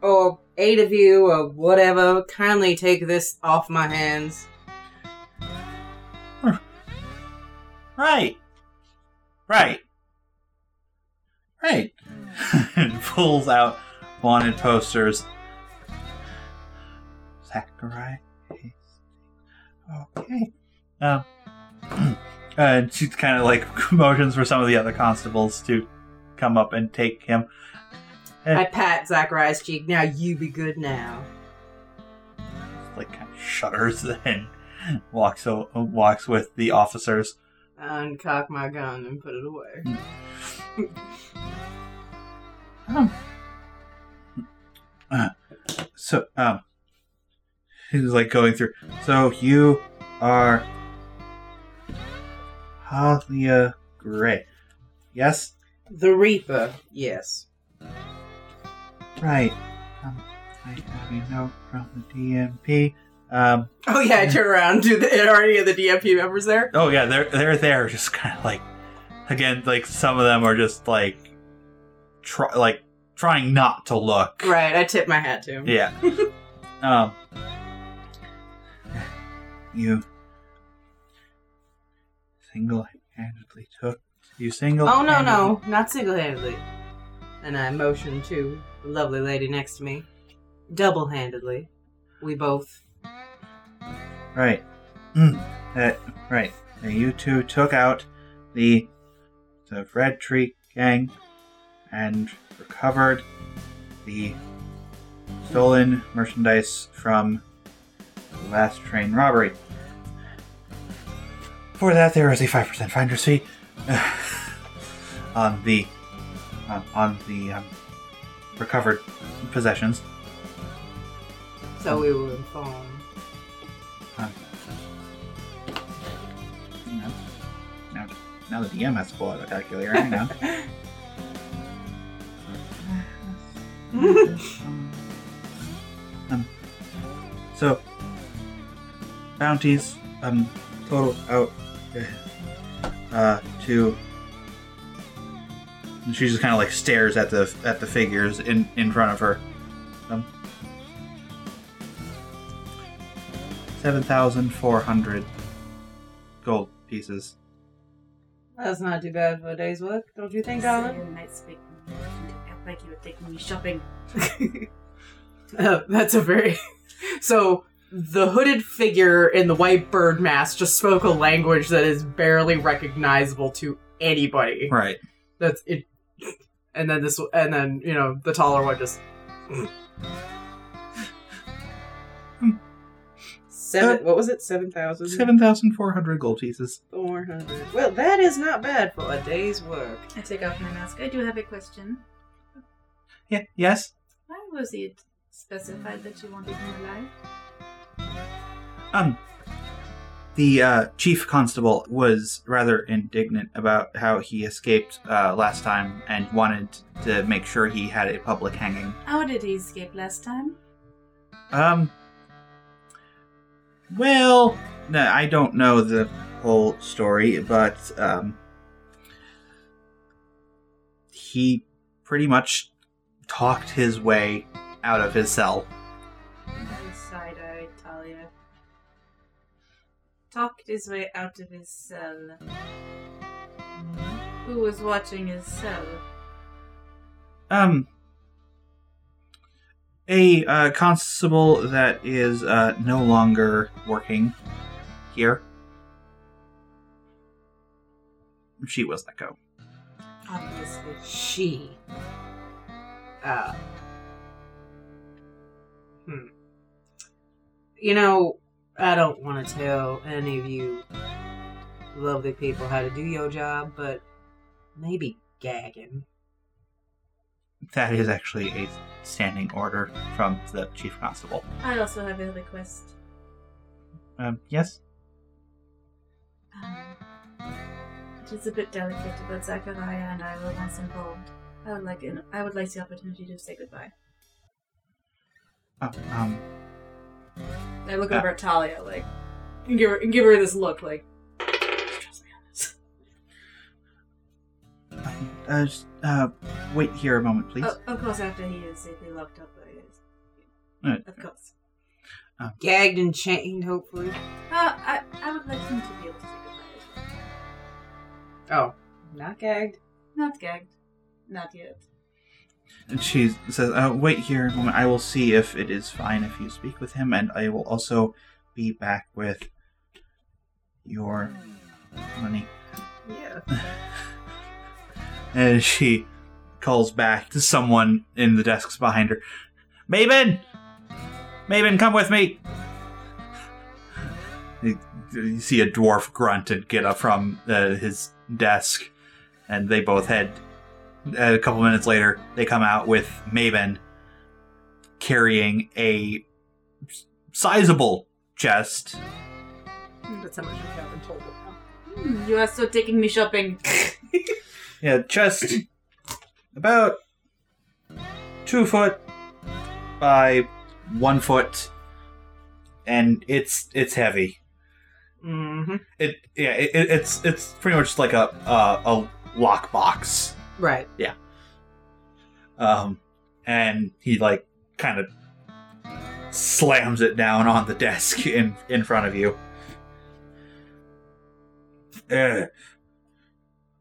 D: or eight of you, or whatever, kindly take this off my hands?
C: Right. Right. Right. and pulls out wanted posters. Zachariah. Okay. Um. and she kind of like motions for some of the other constables to come up and take him.
D: I pat Zachariah's cheek. Now you be good now.
C: Like kind of shudders and walks o- walks with the officers.
D: I uncock my gun and put it away.
C: So um, he's like going through. So you are Halia Gray. Yes.
D: The Reaper, yes.
C: Right. Um, I have a note from the DMP. Um,
D: Oh yeah, I turn around. Do the, are any of the DMP members there?
C: oh yeah, they're they're there, just kind of like again, like some of them are just like try like trying not to look.
D: Right, I tip my hat to him.
C: Yeah. um. You single-handedly took you single.
D: Oh no, no, not single-handedly. And I motion to the lovely lady next to me, double-handedly. We both
C: Right. Mm. Uh, right. Now you two took out the the Red Tree gang and recovered the stolen merchandise from the last train robbery. For that, there is a five percent finder's fee on the on, on the um, recovered possessions.
D: So we were informed.
C: Hang on. Now, now the DM has to pull out a calculator. Hang on. um, so, bounties um, total out uh, to. And she just kind of like stares at the at the figures in in front of her. Um, Seven thousand four hundred gold pieces.
D: That's not too bad for a day's work, don't you think, darling?
G: like you were taking me shopping.
D: Uh, that's a very. So the hooded figure in the white bird mask just spoke a language that is barely recognizable to anybody.
C: Right.
D: That's it. And then this, and then you know, the taller one just.
H: Seven. what was it? Seven thousand.
C: Seven thousand four hundred gold pieces.
H: Four hundred. Well, that is not bad for a day's work.
F: I take off my mask. I do have a question.
C: Yeah. Yes.
F: Why was it specified that you wanted him alive?
C: Um, the uh, chief constable was rather indignant about how he escaped uh, last time and wanted to make sure he had a public hanging.
B: How did he escape last time?
C: Um. Well, no, I don't know the whole story, but um, he pretty much talked his way out of his cell.
B: Side eye, Talia. Talked his way out of his cell. Who was watching his cell?
C: Um, a uh, constable that is uh, no longer working here. She was let go.
B: Obviously.
D: She. Uh. Hmm. You know, I don't want to tell any of you lovely people how to do your job, but maybe gagging.
C: That is actually a standing order from the chief constable.
B: I also have a request.
C: Um, yes.
B: Um, it is a bit delicate, but Zachariah and I were once involved. I would like an, I would like the opportunity to say goodbye.
C: Oh, um,
F: I look over at Talia, like, and give her, and give her this look, like,
C: uh, just, uh, wait here a moment, please.
B: Oh, of course, after he is safely locked up, but yes.
C: Right.
B: Of course.
D: Gagged and chained, hopefully.
B: Uh, I, I would like him to be able to say goodbye as well.
D: Oh, not gagged.
B: Not gagged. Not yet.
C: And she says, uh, wait here a moment. I will see if it is fine if you speak with him, and I will also be back with your money.
D: Yeah.
C: And she calls back to someone in the desks behind her. Maven! Maven, come with me! You you see a dwarf grunt and get up from uh, his desk, and they both head. And a couple minutes later, they come out with Maven carrying a s- sizable chest.
H: That's how much we haven't told them.
F: "Hmm, you are still taking me shopping.
C: Yeah, chest about two foot by one foot, and it's it's heavy.
D: Mm-hmm.
C: It yeah, it, it- it's it's pretty much like a uh, a lockbox.
D: Right.
C: Um, and he like kind of slams it down on the desk in in front of you. Eh.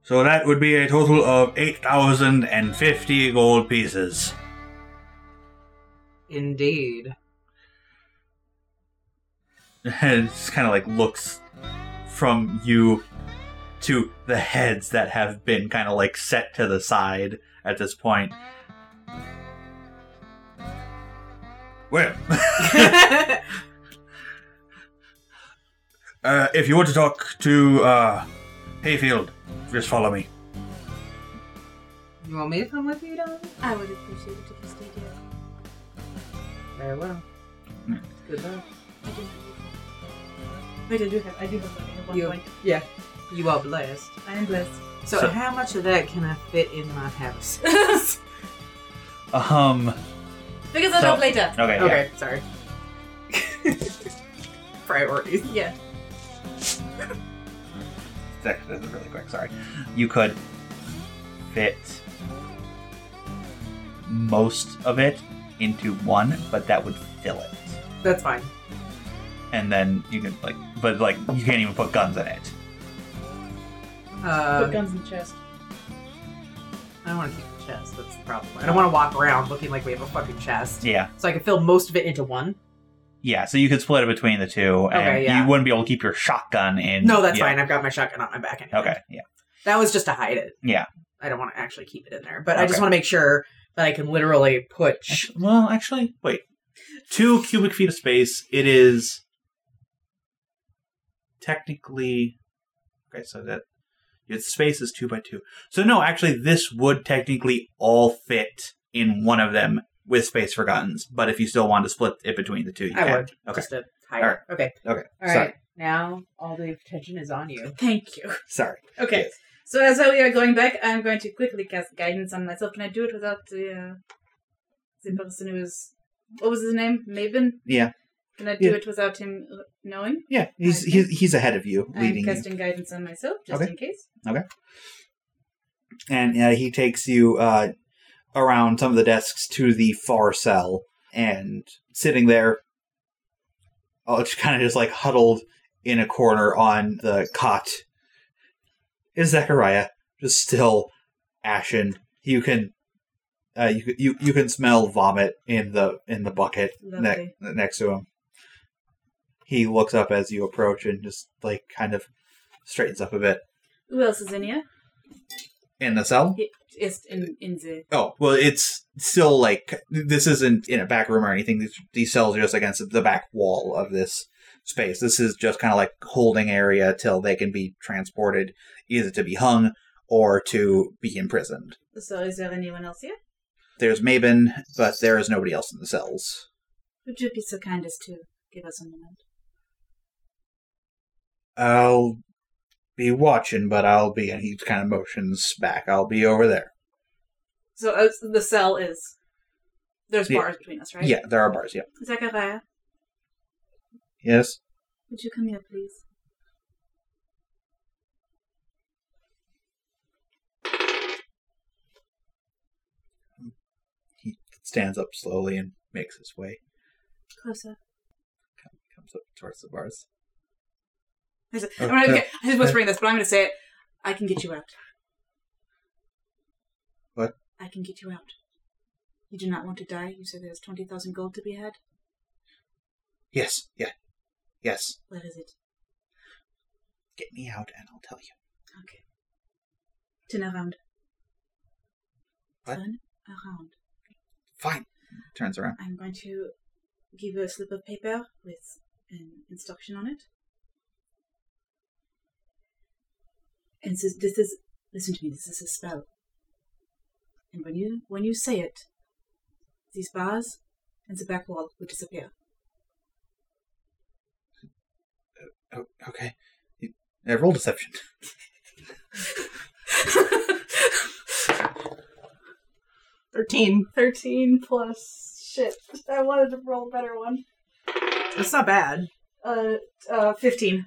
C: So that would be a total of eight thousand and fifty gold pieces.
D: Indeed.
C: And just kind of like looks from you to the heads that have been kind of like set to the side at this point. Well, Uh, if you want to talk to uh, Hayfield, just follow me.
D: you want me to come with you, Don?
B: I would appreciate it if you stayed here.
D: Very well.
C: Hmm.
D: Good luck.
B: I do have Wait, I do have, I do have money at one
D: You-
B: point.
D: You are blessed.
B: I am blessed.
D: So,
C: So-
D: how much of that can I fit in my house?
C: Um.
B: Figure that
C: So-
B: out later.
C: Okay. yeah.
H: Okay, sorry. Priorities.
B: Yeah.
C: That that was really quick. Sorry. You could fit most of it into one, but that would fill it,
D: That's fine.
C: and then you can like, but like you can't even put guns in it.
D: Uh,
C: Um.
F: Put guns in the chest.
D: I don't want to keep the chest. That's the problem. I don't want to walk around looking like we have a fucking chest.
C: Yeah.
D: So I can fill most of it into one.
C: Yeah. So you could split it between the two, and
D: Okay, yeah.
C: you wouldn't be able to keep your shotgun in.
D: No, that's
C: yeah.
D: fine. I've got my shotgun on my back. Anyway.
C: Okay. Yeah.
D: That was just to hide it.
C: Yeah.
D: I don't want to actually keep it in there, but I
C: Okay.
D: just want to make sure that I can literally put. sh-
C: Actu- well, actually, wait. Two cubic feet of space. It is technically okay. So that its space is two by two. So no, actually, this would technically all fit in one of them with Space Forgottens. But if you still want to split it between the two, you
D: I
C: can.
D: would.
C: Okay.
D: Just a higher. Okay.
C: okay.
D: All right.
C: Sorry.
D: Now all the attention is on you.
B: Thank you.
C: Sorry.
B: Okay.
C: Yes.
B: So as we are going back, I'm going to quickly cast guidance on myself. Can I do it without the uh, the person who is what was his name? Maven.
C: Yeah.
B: Can I do
C: Yeah.
B: it without him knowing?
C: Yeah. He's
B: Okay.
C: he's, he's ahead of you,
B: I'm
C: leading you.
B: casting guidance on myself just
C: Okay.
B: in case.
C: and uh, he takes you uh, around some of the desks to the far cell and sitting there oh, just kind of just like huddled in a corner on the cot is Zechariah just still ashen you can uh, you, c- you you can smell vomit in the in the bucket ne-
B: Lovely.
C: next to him he looks up as you approach and just like kind of straightens up a bit
B: Who else is in here?
C: in the cell
B: He- Yes, in in the
C: Oh well, it's still like this isn't in a back room or anything. These, these cells are just against the back wall of this space. This is just kind of like holding area till they can be transported, either to be hung or to be imprisoned.
B: So is there anyone else here?
C: There's Mabin, but there is nobody else in the cells.
B: Would you be so kind as to give us a moment?
C: I'll be watching, but I'll be. And he kind of motions back. I'll be over there.
B: So uh, the cell is there's
C: Yeah.
B: bars between us, right?
C: Yeah, there are bars. Yeah.
B: Zachariah,
C: Yes.
B: would you come here, please?
C: He stands up slowly and makes his way.
B: Closer.
C: Comes up towards the bars.
B: I said-
C: Uh,
B: I'm gonna-
C: uh,
B: okay, I'm just whispering this, but I'm going to say it. I can get you out.
C: What?
B: I can get you out. You do not want to die. You said there's 20,000 gold to be had.
C: Yes. Yeah. Yes.
B: Where is it?
C: Get me out and I'll tell you.
B: Okay. Turn around.
C: What?
B: Turn around.
C: Fine. Turns around.
B: I'm going to give you a slip of paper with an instruction on it. And this, this is listen to me. This is a spell. And when you when you say it, these bars and the back wall will disappear.
C: Oh, okay. You- Uh, roll deception.
D: Thirteen.
B: Thirteen plus shit. I wanted to roll a better one.
D: That's not bad.
B: Uh, uh, fifteen.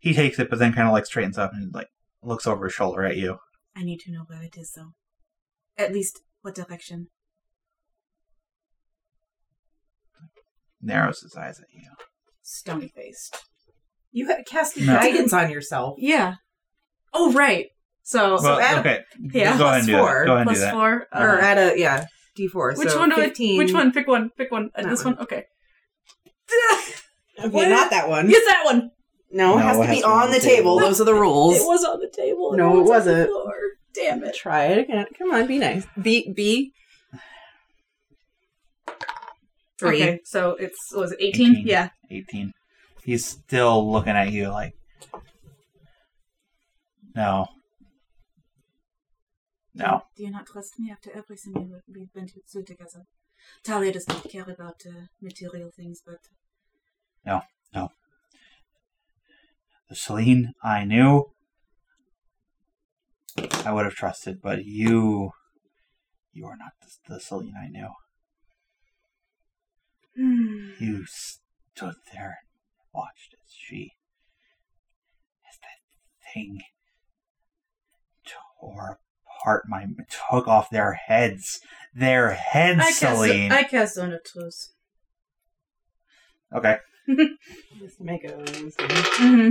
C: He takes it, but then kind of like straightens up and like looks over his shoulder at you.
B: I need to know where it is, though. At least what direction.
C: Narrows his eyes at you.
B: Stony faced.
D: You had casting
C: No.
D: guidance on yourself.
B: Yeah. Oh right. So
C: well,
D: add a-
C: okay.
B: yeah,
C: Go ahead
D: plus
C: and do that.
D: four,
C: Go ahead and
B: plus
C: do that.
B: four. Uh,
D: Or at a yeah, D four.
B: which
D: so
B: one? Do I,
D: 15.
B: which one? Pick one. Pick one. Uh,
D: That
B: this one.
D: one.
B: Okay.
H: Okay,
B: What?
H: not that one.
B: yes, that one.
H: No, it has to be on the table.
D: Those are the rules.
B: It was on the table. and
H: No, it
B: was on
H: wasn't.
B: The floor. Damn it.
H: Try it again. Come on, be nice. Be be
D: Three.
B: Okay, so it's was it eighteen?
C: 18.
B: Yeah.
C: 18. He's still looking at you like. No. No.
B: Do you not trust me after everything we- we've been through together? Talia does not care about uh, material things, but
C: The Celine I knew. I would have trusted, but you. You are not the, the Celine I knew. You stood there and watched as she, as that thing tore apart my, took off their heads, their heads,
B: I cast,
C: Celine.
B: I cast Zone of Truth.
C: okay,
H: Let's make a
B: hmm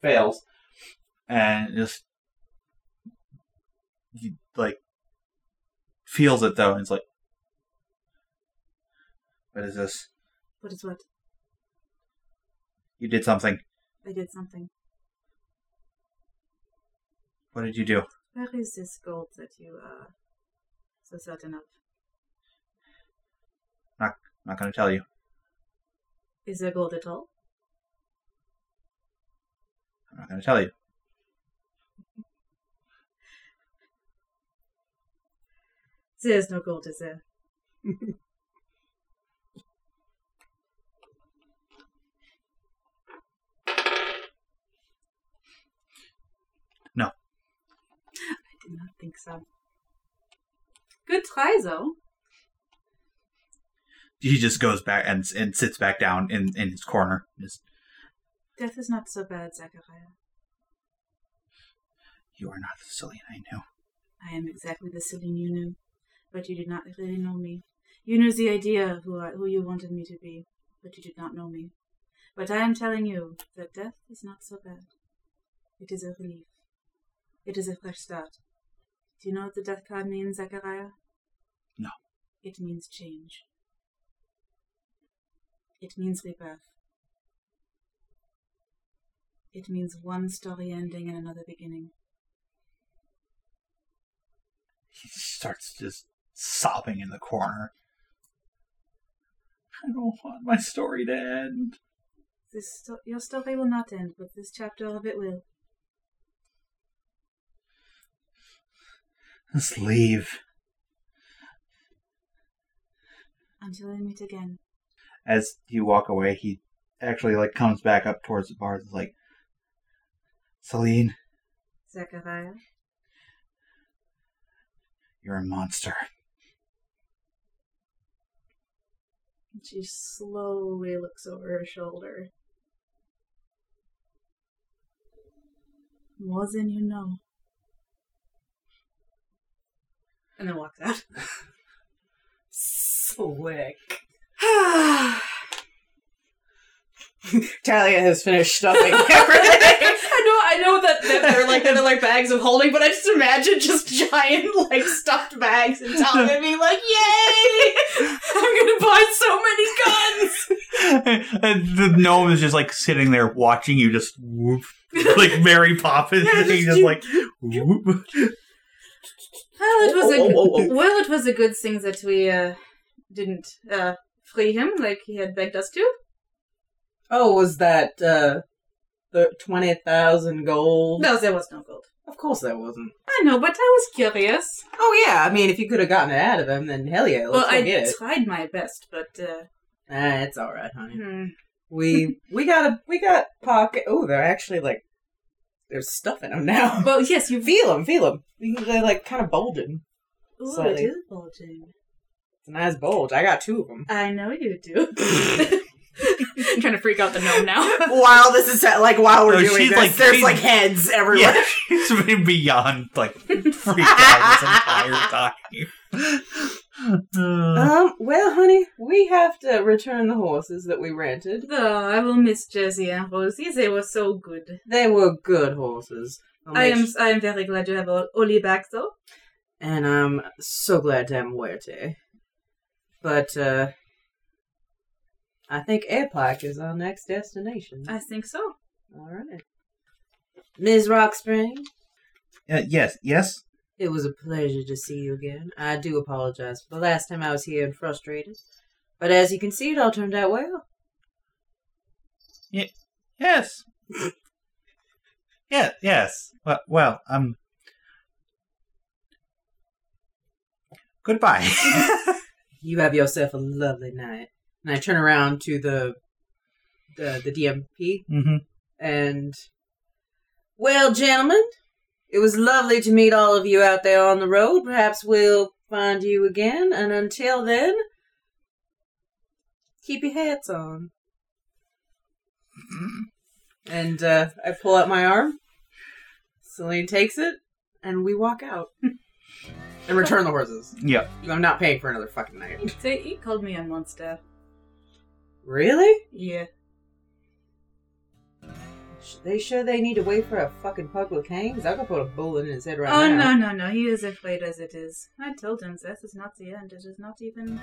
C: fails, and just he, like feels it though, and it's like, what is this?
B: What is what?
C: You did something.
B: I did something.
C: What did you do?
B: Where is this gold that you are so certain of?
C: I'm not going to tell you.
B: Is there gold at all?
C: I'm not going to tell you.
B: There is no gold, is there?
C: No.
B: I did not think so. Good try, though.
C: He just goes back and and sits back down in in his corner. Just,
B: Death is not so bad, Zachariah.
C: you are not the Cillian I knew.
B: I am exactly the Celine you knew, but you did not really know me. You knew the idea of who, I, who you wanted me to be, but you did not know me. But I am telling you that death is not so bad. It is a relief. It is a fresh start. Do you know what the death card means, Zachariah?
C: No.
B: It means change. It means rebirth. It means one story ending and another beginning.
C: He starts just sobbing in the corner. I don't want my story to end.
B: This sto- your story will not end, but this chapter of it will.
C: Let's leave.
B: Until we meet again.
C: As you walk away, he actually like comes back up towards the bars. Is like, Celine,
B: Zachariah,
C: you're a monster.
F: And she slowly looks over her shoulder.
B: more than you know.
F: And then walks out.
H: Slick.
D: Talia has finished stuffing everything.
H: I know, I know that, that they're like they're like bags of holding, but I just imagine just giant like stuffed bags and Talia being like, "Yay! I'm gonna buy so many guns."
C: and the gnome is just like sitting there watching you just whoop like Mary Poppins.
H: Yeah,
C: and he's
H: just
C: just like whoop.
B: Well, it was a
H: Oh, oh, oh, oh.
B: well, it was a good thing that we uh, didn't uh, free him like he had begged us to.
D: oh, was that uh, the twenty thousand
H: Oh.
D: gold?
B: No, there was no gold.
D: Of course, that wasn't.
B: I know, but I was curious.
D: Oh yeah, I mean, if you could have gotten it out of him, then hell yeah, let's
B: well,
D: go
B: I
D: get it.
B: tried my best, but uh,
D: Ah, it's all right, honey.
B: hmm.
D: We we got a we got pocket. Oh, they're actually like there's stuff in them now.
B: well, yes, you
D: feel them, feel them. They're like kind of bulging.
B: Ooh, I
D: Slightly.
B: do, bulging.
D: It's a nice bulge. I got two of them.
B: I know you do. I'm trying to freak out the gnome now.
D: while this is like while
C: No, Oh, she's like- she's-
D: heads everywhere.
C: Yeah, she's been beyond like freak out this entire time. Uh,
D: Um. Well, honey, we have to return the horses that we rented.
B: Oh, I will miss Jersey and Rosie. They were so good.
D: They were good horses. I'll
B: I
D: make
B: am
D: s-
B: I am very glad you have Ol- Oli back, though.
D: and I'm so glad to have Muerte. But uh, I think Airpike is our next destination.
B: I think so.
D: All right, Ms. Rockspring.
C: uh, yes, yes.
D: It was a pleasure to see you again. I do apologize for the last time I was here and frustrated, but as you can see, it all turned out well.
C: Yes. yeah, yes. Well, well, um Goodbye.
D: you have yourself a lovely night. And I turn around to the the, the DMP
C: hmm
D: and well, gentlemen, it was lovely to meet all of you out there on the road. Perhaps we'll find you again, and until then, keep your hats on. And uh, I pull out my arm. Celine takes it, and we walk out and return the horses.
C: Yeah.
D: I'm not paying for another fucking night.
B: They, he called me a monster.
D: Really?
B: Yeah.
D: Sh- They sure they need to wait for a fucking public hangs? I could put a bullet in his head right
B: oh
D: now.
B: no no no! He is afraid as it is. I told him this is not the end. It is not even.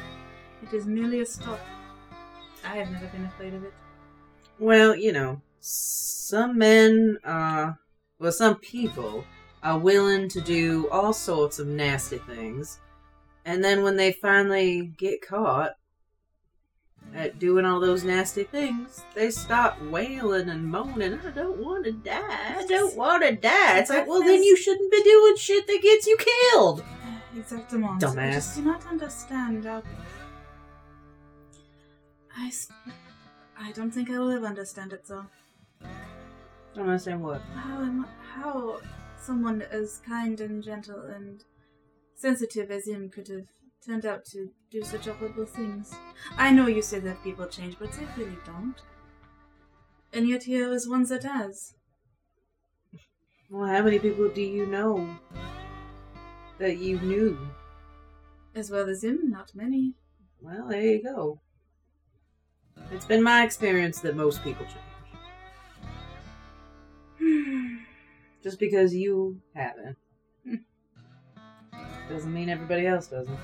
B: It is merely a stop. I have never been afraid of it.
D: Well, you know, some men, uh, well, some people are willing to do all sorts of nasty things, and then when they finally get caught at doing all those nasty things, they stop wailing and moaning. I don't want to die. I don't want to die. It's like, well, then you shouldn't be doing shit that gets you killed.
B: Exactement. I
D: Dumbass.
B: just do not understand how. I, s- I don't think I will ever understand it, though.
D: don't understand what.
B: How am, how someone as kind and gentle and sensitive as him could have turned out to do such horrible things. I know you say that people change, but they really don't. And yet here is one that does.
D: Well, how many people do you know that you knew?
B: As well as him, not many.
D: Well, there you go. It's been my experience that most people change. Just because you haven't doesn't mean everybody else doesn't.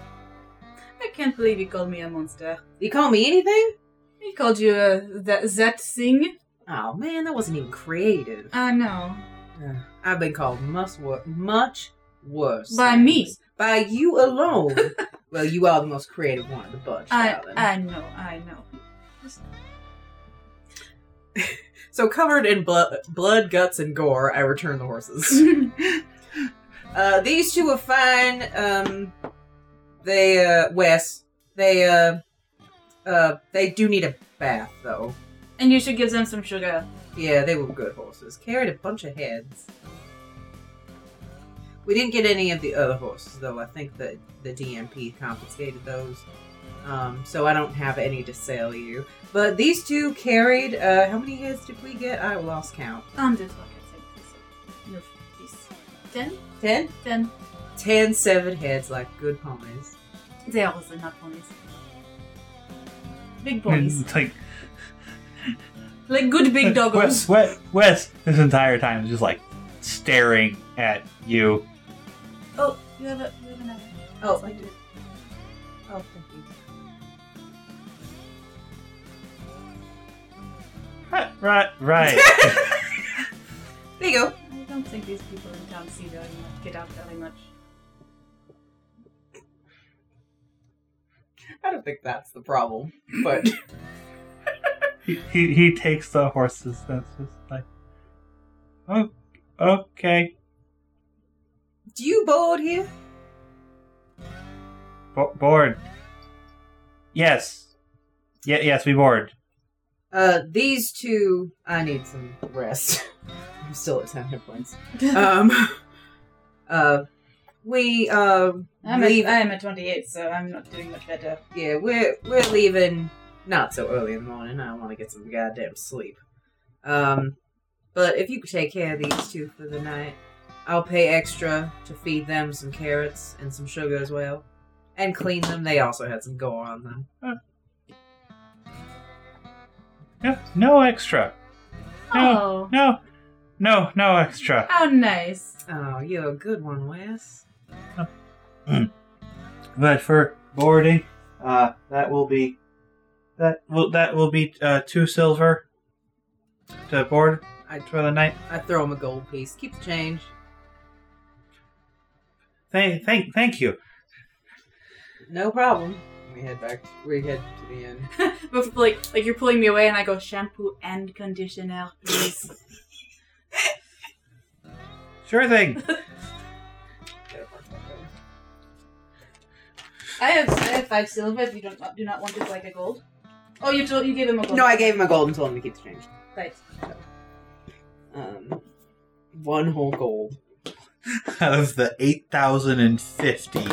B: I can't believe you called me a monster.
D: You call me anything?
B: He called you uh, that that thing?
D: Oh man, that wasn't even creative.
B: Uh, no.
D: Ugh, I've been called much worse. Much worse
B: By me.
D: things. By you alone. well, you are the most creative one of the bunch.
B: I
D: darling.
B: I know. I know.
D: So covered in blood, blood, guts, and gore, I return the horses. uh, these two are fine. Um, they, uh, Wes, they, uh, uh, they do need a bath though.
B: And you should give them some sugar.
D: Yeah, they were good horses. Carried a bunch of heads. We didn't get any of the other horses though. I think that the DMP confiscated those. Um, so I don't have any to sell you. But these two carried, uh, how many heads did we get? I lost count.
B: And it's like I think No, please. Ten?
D: Ten?
B: Ten.
D: Ten severed heads like good ponies.
B: They are also not ponies. Big ponies.
C: It's like uh,
B: like good big doggos.
C: Wes, Wes, Wes, this entire time is just like staring at you.
B: Oh, you have a you have another.
D: Oh,
B: I do.
D: Oh, thank you.
C: Right, right, right.
D: There you go.
F: I don't think these people in town see very much, get out very much.
D: I don't think that's the problem, but
C: he, he he takes the horses. That's just like, oh, okay.
D: do you board here?
C: Bo- bored. Yes. Yeah, yes, we bored.
D: Uh, these two, I need some rest. I'm still at 10 hit points. Um, uh, we, uh,
F: I'm at,
D: leave,
F: I'm at 28, so I'm not doing much better.
D: yeah, we're, we're leaving not so early in the morning. I want to get some goddamn sleep. Um, but if you could take care of these two for the night, I'll pay extra to feed them some carrots and some sugar as well. And clean them. They also had some gore on them.
C: No, no extra. No,
B: Oh,
C: no, no, no extra.
B: how nice.
D: Oh, you're a good one, Wes.
C: But for boarding, uh, that will be that will that will be uh, two silver to board
D: I,
C: for the night.
D: I throw him a gold piece. Keep the change.
C: Thank thank thank you.
D: No problem. We head back. we head to the inn.
B: But like like you're pulling me away and I go shampoo and conditioner, please.
C: Sure thing.
B: I have I have five silver if you don't do not want it like a gold. Oh you told you gave him a gold.
D: No, I gave him a gold and told him to keep the change.
B: Right.
D: Um, one whole gold.
C: Out of the eight thousand and fifty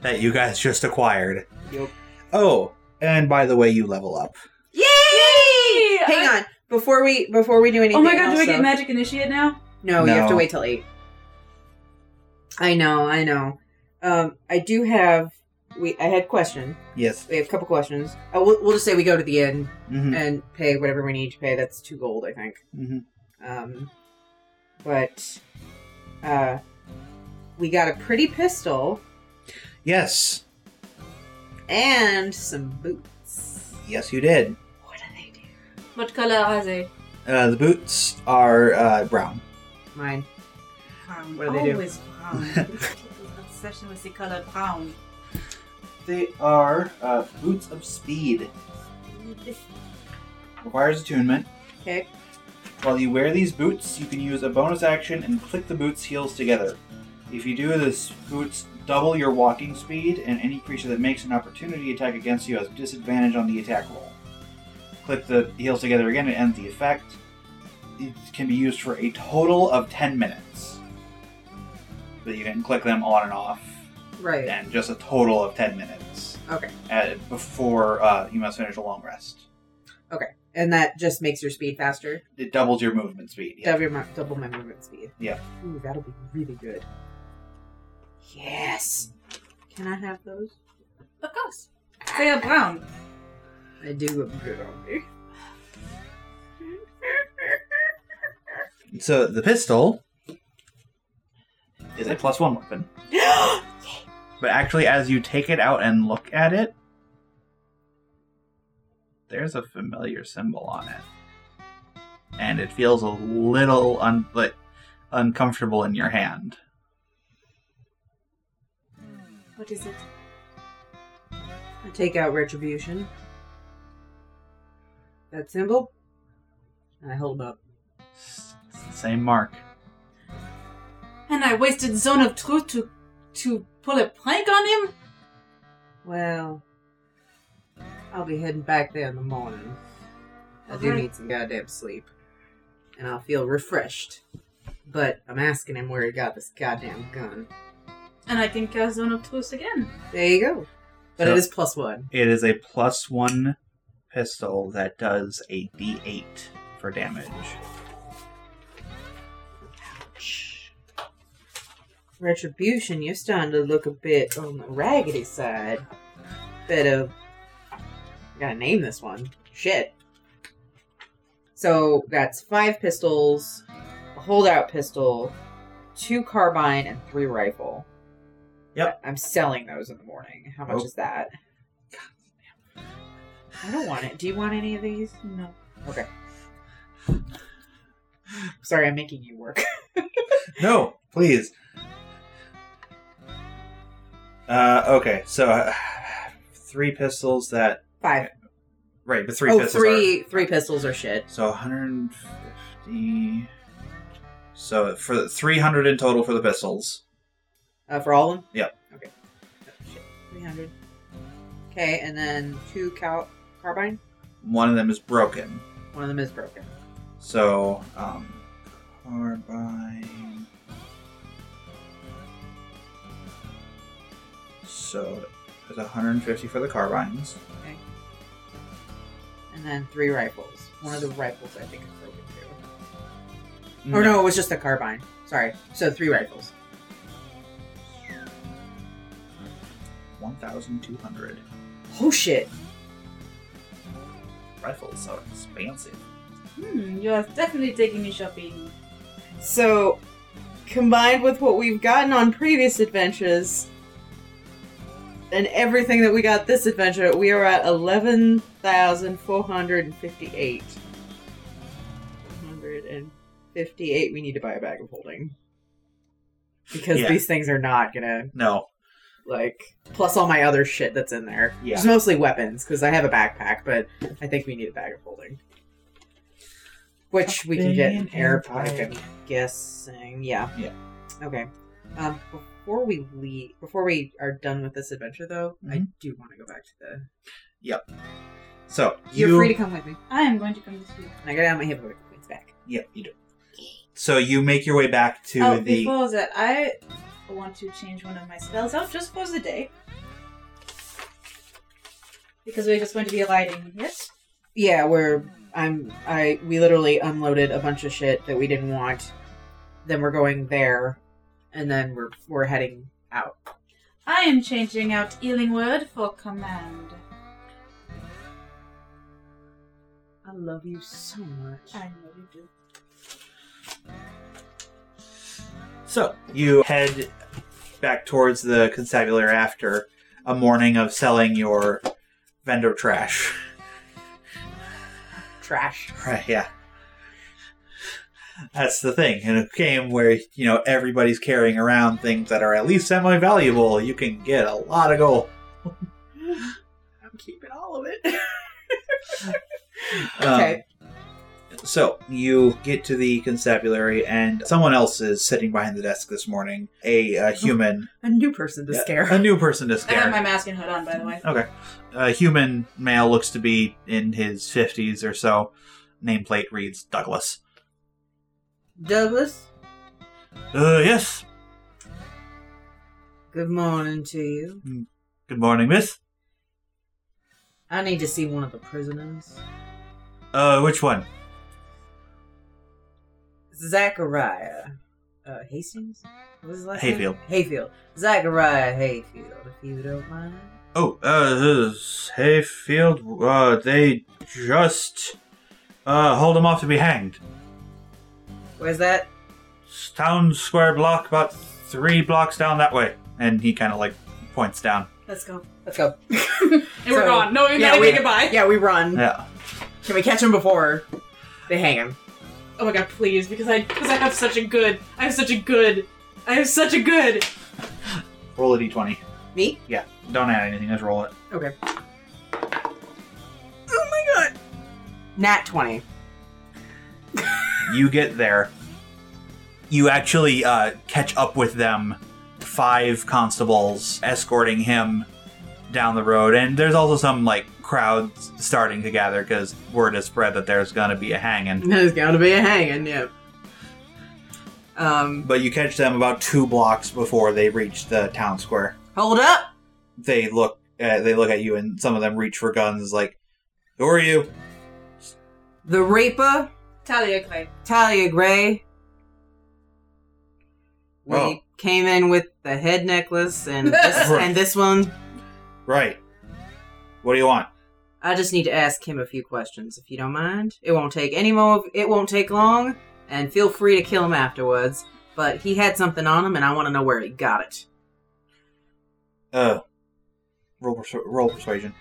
C: that you guys just acquired.
D: Yup.
C: Oh, and by the way, you level up.
D: Yay! Hang on. Before we before we do anything.
B: Oh my god, do I
D: else,
B: get
D: though-
B: magic initiate now?
D: No, you have to
C: No.
D: wait till eight. I know. I know. Um, I do have. We I had question.
C: Yes.
D: We have a couple questions. Uh, we'll, we'll just say we go to the inn
C: hmm
D: and pay whatever we need to pay. That's two gold, I think.
C: hmm
D: Um, but uh, we got a pretty pistol
C: Yes.
D: and some boots.
C: Yes, you did.
D: What do they do?
B: What color are they?
C: Uh, the boots are uh, brown.
D: Mine.
F: Brown.
D: What do they do?
F: Always brown. People's obsession with the color brown.
C: They are uh, boots of speed. Requires attunement.
D: Okay.
C: While you wear these boots, you can use a bonus action and click the boots' heels together. If you do, this boots double your walking speed, and any creature that makes an opportunity attack against you has disadvantage on the attack roll. Click the heals together again to end the effect. It can be used for a total of 10 minutes. But you can click them on and off,
D: Right.
C: and just a total of 10 minutes.
D: Okay.
C: Uh, before uh, you must finish a long rest.
D: And that just makes your speed faster.
C: It doubles your movement speed. yeah.
D: Double, my, double my movement speed.
C: Yeah.
D: Ooh, that'll be really good. Yes. Can I have those?
F: Of course. They are brown.
D: I do look good on me.
C: So the pistol is a plus one weapon. but actually, as you take it out and look at it, there's a familiar symbol on it, and it feels a little un- like, uncomfortable in your hand.
B: What is it?
D: I take out retribution. That symbol. And I hold 'em up.
C: It's the same mark.
H: And I wasted Zone of Truth to to pull a prank on him?
D: Well, I'll be heading back there in the morning. I do
H: Alright.
D: need some goddamn sleep. And I'll feel refreshed. But I'm asking him where he got this goddamn gun.
F: And I can cast Zone of Truth again.
D: There you go. But
C: So-
D: it is plus one.
C: It is a plus one pistol that does a d8 for damage.
D: Retribution, you're starting to look a bit on the raggedy side. Better. I gotta name this one. Shit. So that's five pistols, a holdout pistol, two carbine, and three rifle.
C: Yep.
D: I'm selling those in the morning. How much
C: Oh.
D: is that? I don't want it. Do you want any of these?
F: No.
D: Sorry, I'm making you work.
C: No, please. Uh, okay, so uh, three pistols that
D: Five.
C: right, but three
D: Oh, three.
C: pistols.
D: Three pistols are shit.
C: Are, so 150. So for the 300 in total for the pistols.
D: Uh, for all of them?
C: Yep.
D: Okay. Oh, shit. 300. Okay, and then two cal- carbine.
C: One of them is broken.
D: One of them is broken.
C: So um, carbine. So there's 150 for the carbines.
D: And then three rifles. One of the rifles, I think, is broken too. Or no, it was just the carbine. Sorry. So three rifles.
C: 1,200
D: Oh, shit.
C: rifles. So expansive.
F: Hmm, you are definitely taking me shopping.
D: So, combined with what we've gotten on previous adventures and everything that we got this adventure, we are at 11,458. 158 we need to buy a bag of holding. Because
C: Yeah.
D: these things are not gonna,
C: No,
D: like, plus all my other shit that's in there.
C: Yeah.
D: It's mostly weapons, because I have a backpack, but I think we need a bag of holding. Which we can get an
C: Being
D: air
C: inside.
D: pocket guessing. Yeah.
C: Yeah.
D: Okay. Um, before we leave, before we are done with this adventure, though,
C: Mm-hmm.
D: I do want to go back to the.
C: So
D: You're
C: you-
D: free to come with me.
F: I am going to come this week.
D: And I got out my hippogriff queen's back.
C: Yeah, you do. So you make your way back to
F: oh,
C: the.
F: before that, I want to change one of my spells out just for the day. Because we're just going to be alighting, yes?
D: Yeah, we're. I'm. I. We literally unloaded a bunch of shit that we didn't want. Then we're going there, and then we're we're heading out.
F: I am changing out Ealing Word for command.
D: I love you so much.
F: I know you do.
C: So you head back towards the constabulary after a morning of selling your vendor trash.
D: Trash.
C: Right? Yeah. That's the thing. In a game where you know everybody's carrying around things that are at least semi-valuable, you can get a lot of gold.
D: I'm keeping all of it.
C: Um,
D: Okay.
C: So you get to the constabulary, and someone else is sitting behind the desk this morning. A, uh human,
D: A new person to
C: Yeah.
D: scare.
C: a new person to
F: I have my
C: scare.
F: mask and hood on, by the way.
C: A human male looks to be in his fifties or so. Nameplate reads Douglas.
D: Douglas,
C: Uh, yes.
D: good morning to you.
C: Good morning, Miss.
D: I need to see one of the prisoners.
C: Uh, which one?
D: Zachariah uh, Hastings? What was his last
C: Hayfield.
D: name? Hayfield. Zachariah Hayfield, if you don't mind.
C: Oh, uh, this is Hayfield. Uh, they just uh hold him off to be hanged.
D: Where's that?
C: town square block, about three blocks down that way. And he kind of like points down.
F: Let's go.
D: Let's go.
F: And we're
D: So-
F: gone. No, we
D: Yeah,
F: gotta
D: we-
F: say goodbye.
D: Yeah, we run.
C: Yeah.
D: Can we catch him before they hang him?
F: Oh my god, please, because I because I have such a good, I have such a good, I have such a good.
C: Roll a d20.
D: Me?
C: Yeah. Don't add anything. Just roll it.
D: Oh my god. Nat 20.
C: You get there. You actually uh, catch up with them. Five constables escorting him down the road. And there's also some like crowds starting to gather because word has spread that there's going to be a hanging.
D: There's going to be a hanging, yep. Um,
C: But you catch them about two blocks before they reach the town square.
D: hold up.
C: they look uh, they look at you and some of them reach for guns like who are you
D: The Reaper,
F: Talia Clay.
D: Talia Gray. We
C: Oh.
D: came in with the head necklace and this,
C: Right.
D: and this one.
C: right what do you want
D: I just need to ask him a few questions, if you don't mind. It won't take any more. It won't take long, and feel free to kill him afterwards. But he had something on him, and I want to know where he got it.
C: uh roll, persu- roll persuasion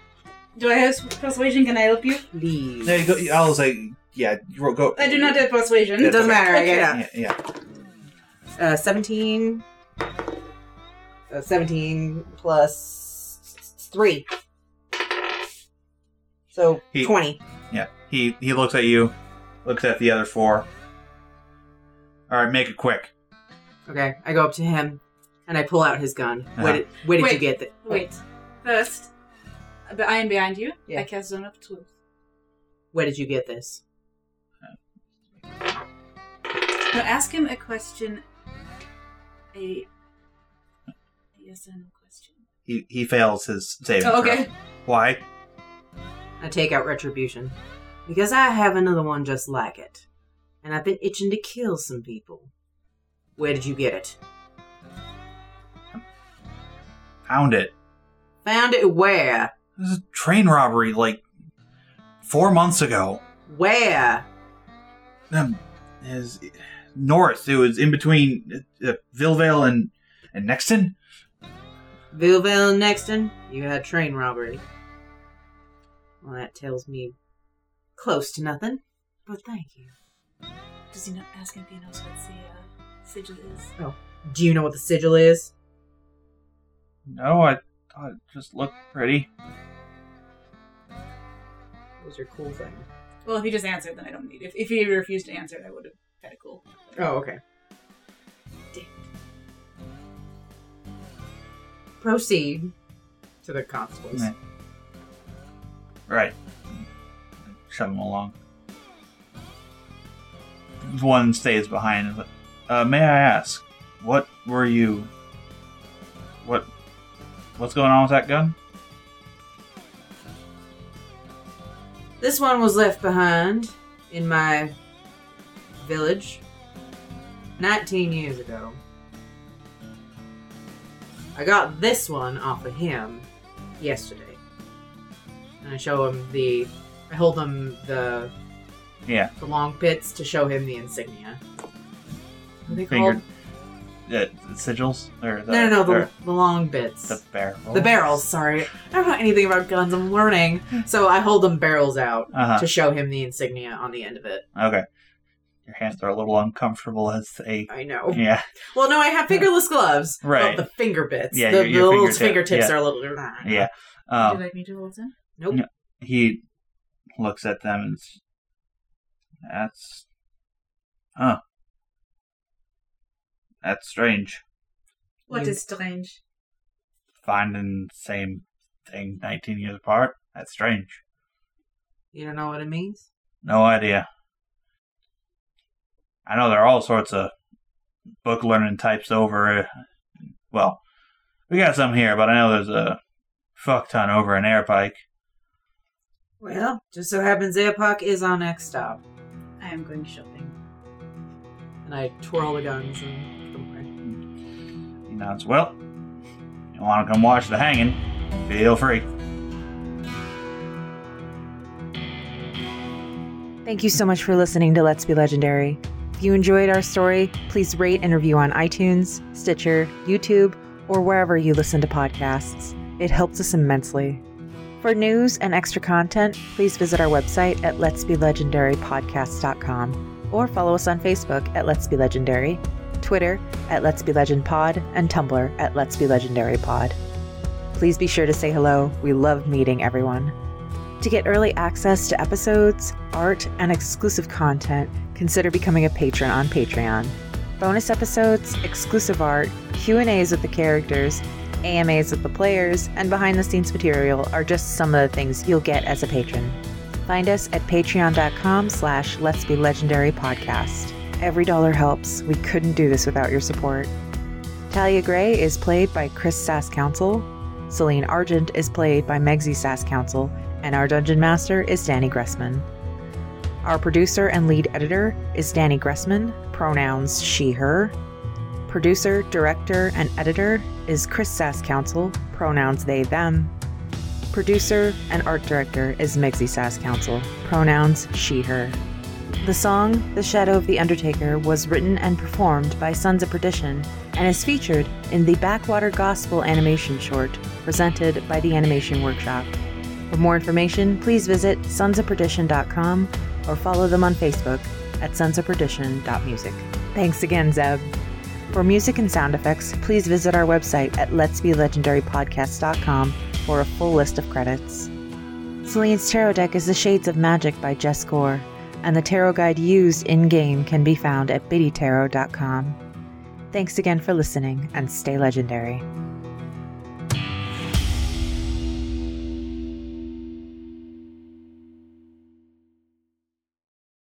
B: Do I have persuasion? Can I help you?
D: Please.
C: there you go i'll say yeah roll, go
B: I do not have persuasion.
C: Yeah,
D: It doesn't matter. I get
C: yeah, yeah.
D: it. Uh, Seventeen. Uh, Seventeen plus three. So
C: He-
D: twenty.
C: yeah he he looks at you looks at the other four all right make it quick
D: Okay, I go up to him, and I pull out his gun. Where
C: Uh-huh.
D: did, where did you
F: Wait.
D: get that?
F: Wait, first, but I am behind you.
D: Yeah.
F: I cast Zone of Truth.
D: Where did you get this?
F: Now ask him a question. A, a yes or no question.
C: he he fails his saving
F: Oh,
C: throw.
F: okay.
C: why
D: I take out Retribution. Because I have another one just like it. And I've been itching to kill some people. Where did you get it?
C: found it
D: Found it where?
C: this is a train robbery like four months ago
D: Where?
C: um, is north. It was in between uh, Villevale and and Nexton.
D: Vilvale and Nexton? You had train robbery. Well, that tells me close to nothing. But thank you.
F: Does he not ask him if he knows what the uh, sigil is?
D: Do you know what the sigil is?
C: No, I thought it just looked pretty.
D: What was your cool thing?
F: Well, if he just answered, then I don't need. If if he refused to answer, I would have had it cool.
D: Oh, okay. Proceed to the constables.
C: Yeah. Right. Shove him along. One stays behind. and, Uh, may I ask, what were you? What? What's going on with that gun?
D: This one was left behind in my village 19 years ago. I got this one off of him yesterday. And I show him the. I hold him the.
C: Yeah.
D: The long pits to show him the insignia. What are they
C: Fingered-
D: called?
C: Uh, sigils or the,
D: no, no, no, the,
C: or
D: the long bits.
C: the barrel.
D: The barrels, sorry. I don't know anything about guns, I'm learning. So I hold them barrels out
C: Uh-huh.
D: to show him the insignia on the end of it.
C: Okay. Your hands are a little uncomfortable as they.
D: I know.
C: Yeah.
D: Well, no, I have fingerless gloves. but
C: Right.
D: the finger bits.
C: Yeah,
D: the,
C: your- your
D: the little
C: fingertip,
D: fingertips
C: yeah.
D: are a little.
C: Yeah.
F: Would
C: Um,
F: you like me to hold him?
D: Nope.
C: he looks at them and s- That's. Huh. That's strange.
B: What is
D: You-
B: strange?
C: Finding the same thing 19 years apart? That's strange.
D: You don't know what it means?
C: No idea. I know there are all sorts of book learning types over. uh, Well, we got some here, but I know there's a fuck ton over in Airpike.
D: Well, just so happens Apoc is our next stop.
G: I am going shopping.
D: And I twirl the guns and come back.
C: He nods, Well, you want to come watch the hanging? Feel free.
A: Thank you so much for listening to Let's Be Legendary. If you enjoyed our story, please rate and review on iTunes, Stitcher, YouTube, or wherever you listen to podcasts. It helps us immensely. For news and extra content, please visit our website at letsbelegendarypodcast.com or follow us on Facebook at Let's Be Legendary, Twitter at Let's Be Legend Pod, and Tumblr at Let's Be Legendary Pod. Please be sure to say hello. We love meeting everyone. To get early access to episodes, art, and exclusive content, consider becoming a patron on Patreon. Bonus episodes, exclusive art, Q&As with the characters, AMAs with the players, and behind-the-scenes material are just some of the things you'll get as a patron. Find us at patreon.com slash let's be legendary podcast. Every dollar helps. We couldn't do this without your support. Talia Gray is played by Chris Sass Council. Celine Argent is played by Megsy Sass Council and our dungeon master is Danny Gressman. Our producer and lead editor is Danny Gressman, pronouns she, her. Producer, director, and editor is Chris Sass Council, pronouns they, them. Producer and art director is Megsy Sass Council, pronouns she, her. The song The Shadow of the Undertaker was written and performed by Sons of Perdition and is featured in the Backwater Gospel animation short presented by the Animation Workshop. For more information, please visit sonsofperdition.com or follow them on Facebook at sonsofperdition.music. Thanks again, Zeb. For music and sound effects, please visit our website at letsbelegendarypodcast.com for a full list of credits. Celine's tarot deck is The Shades of Magic by Jess Gore, and the tarot guide used in game can be found at biddytarot.com. Thanks again for listening and stay legendary.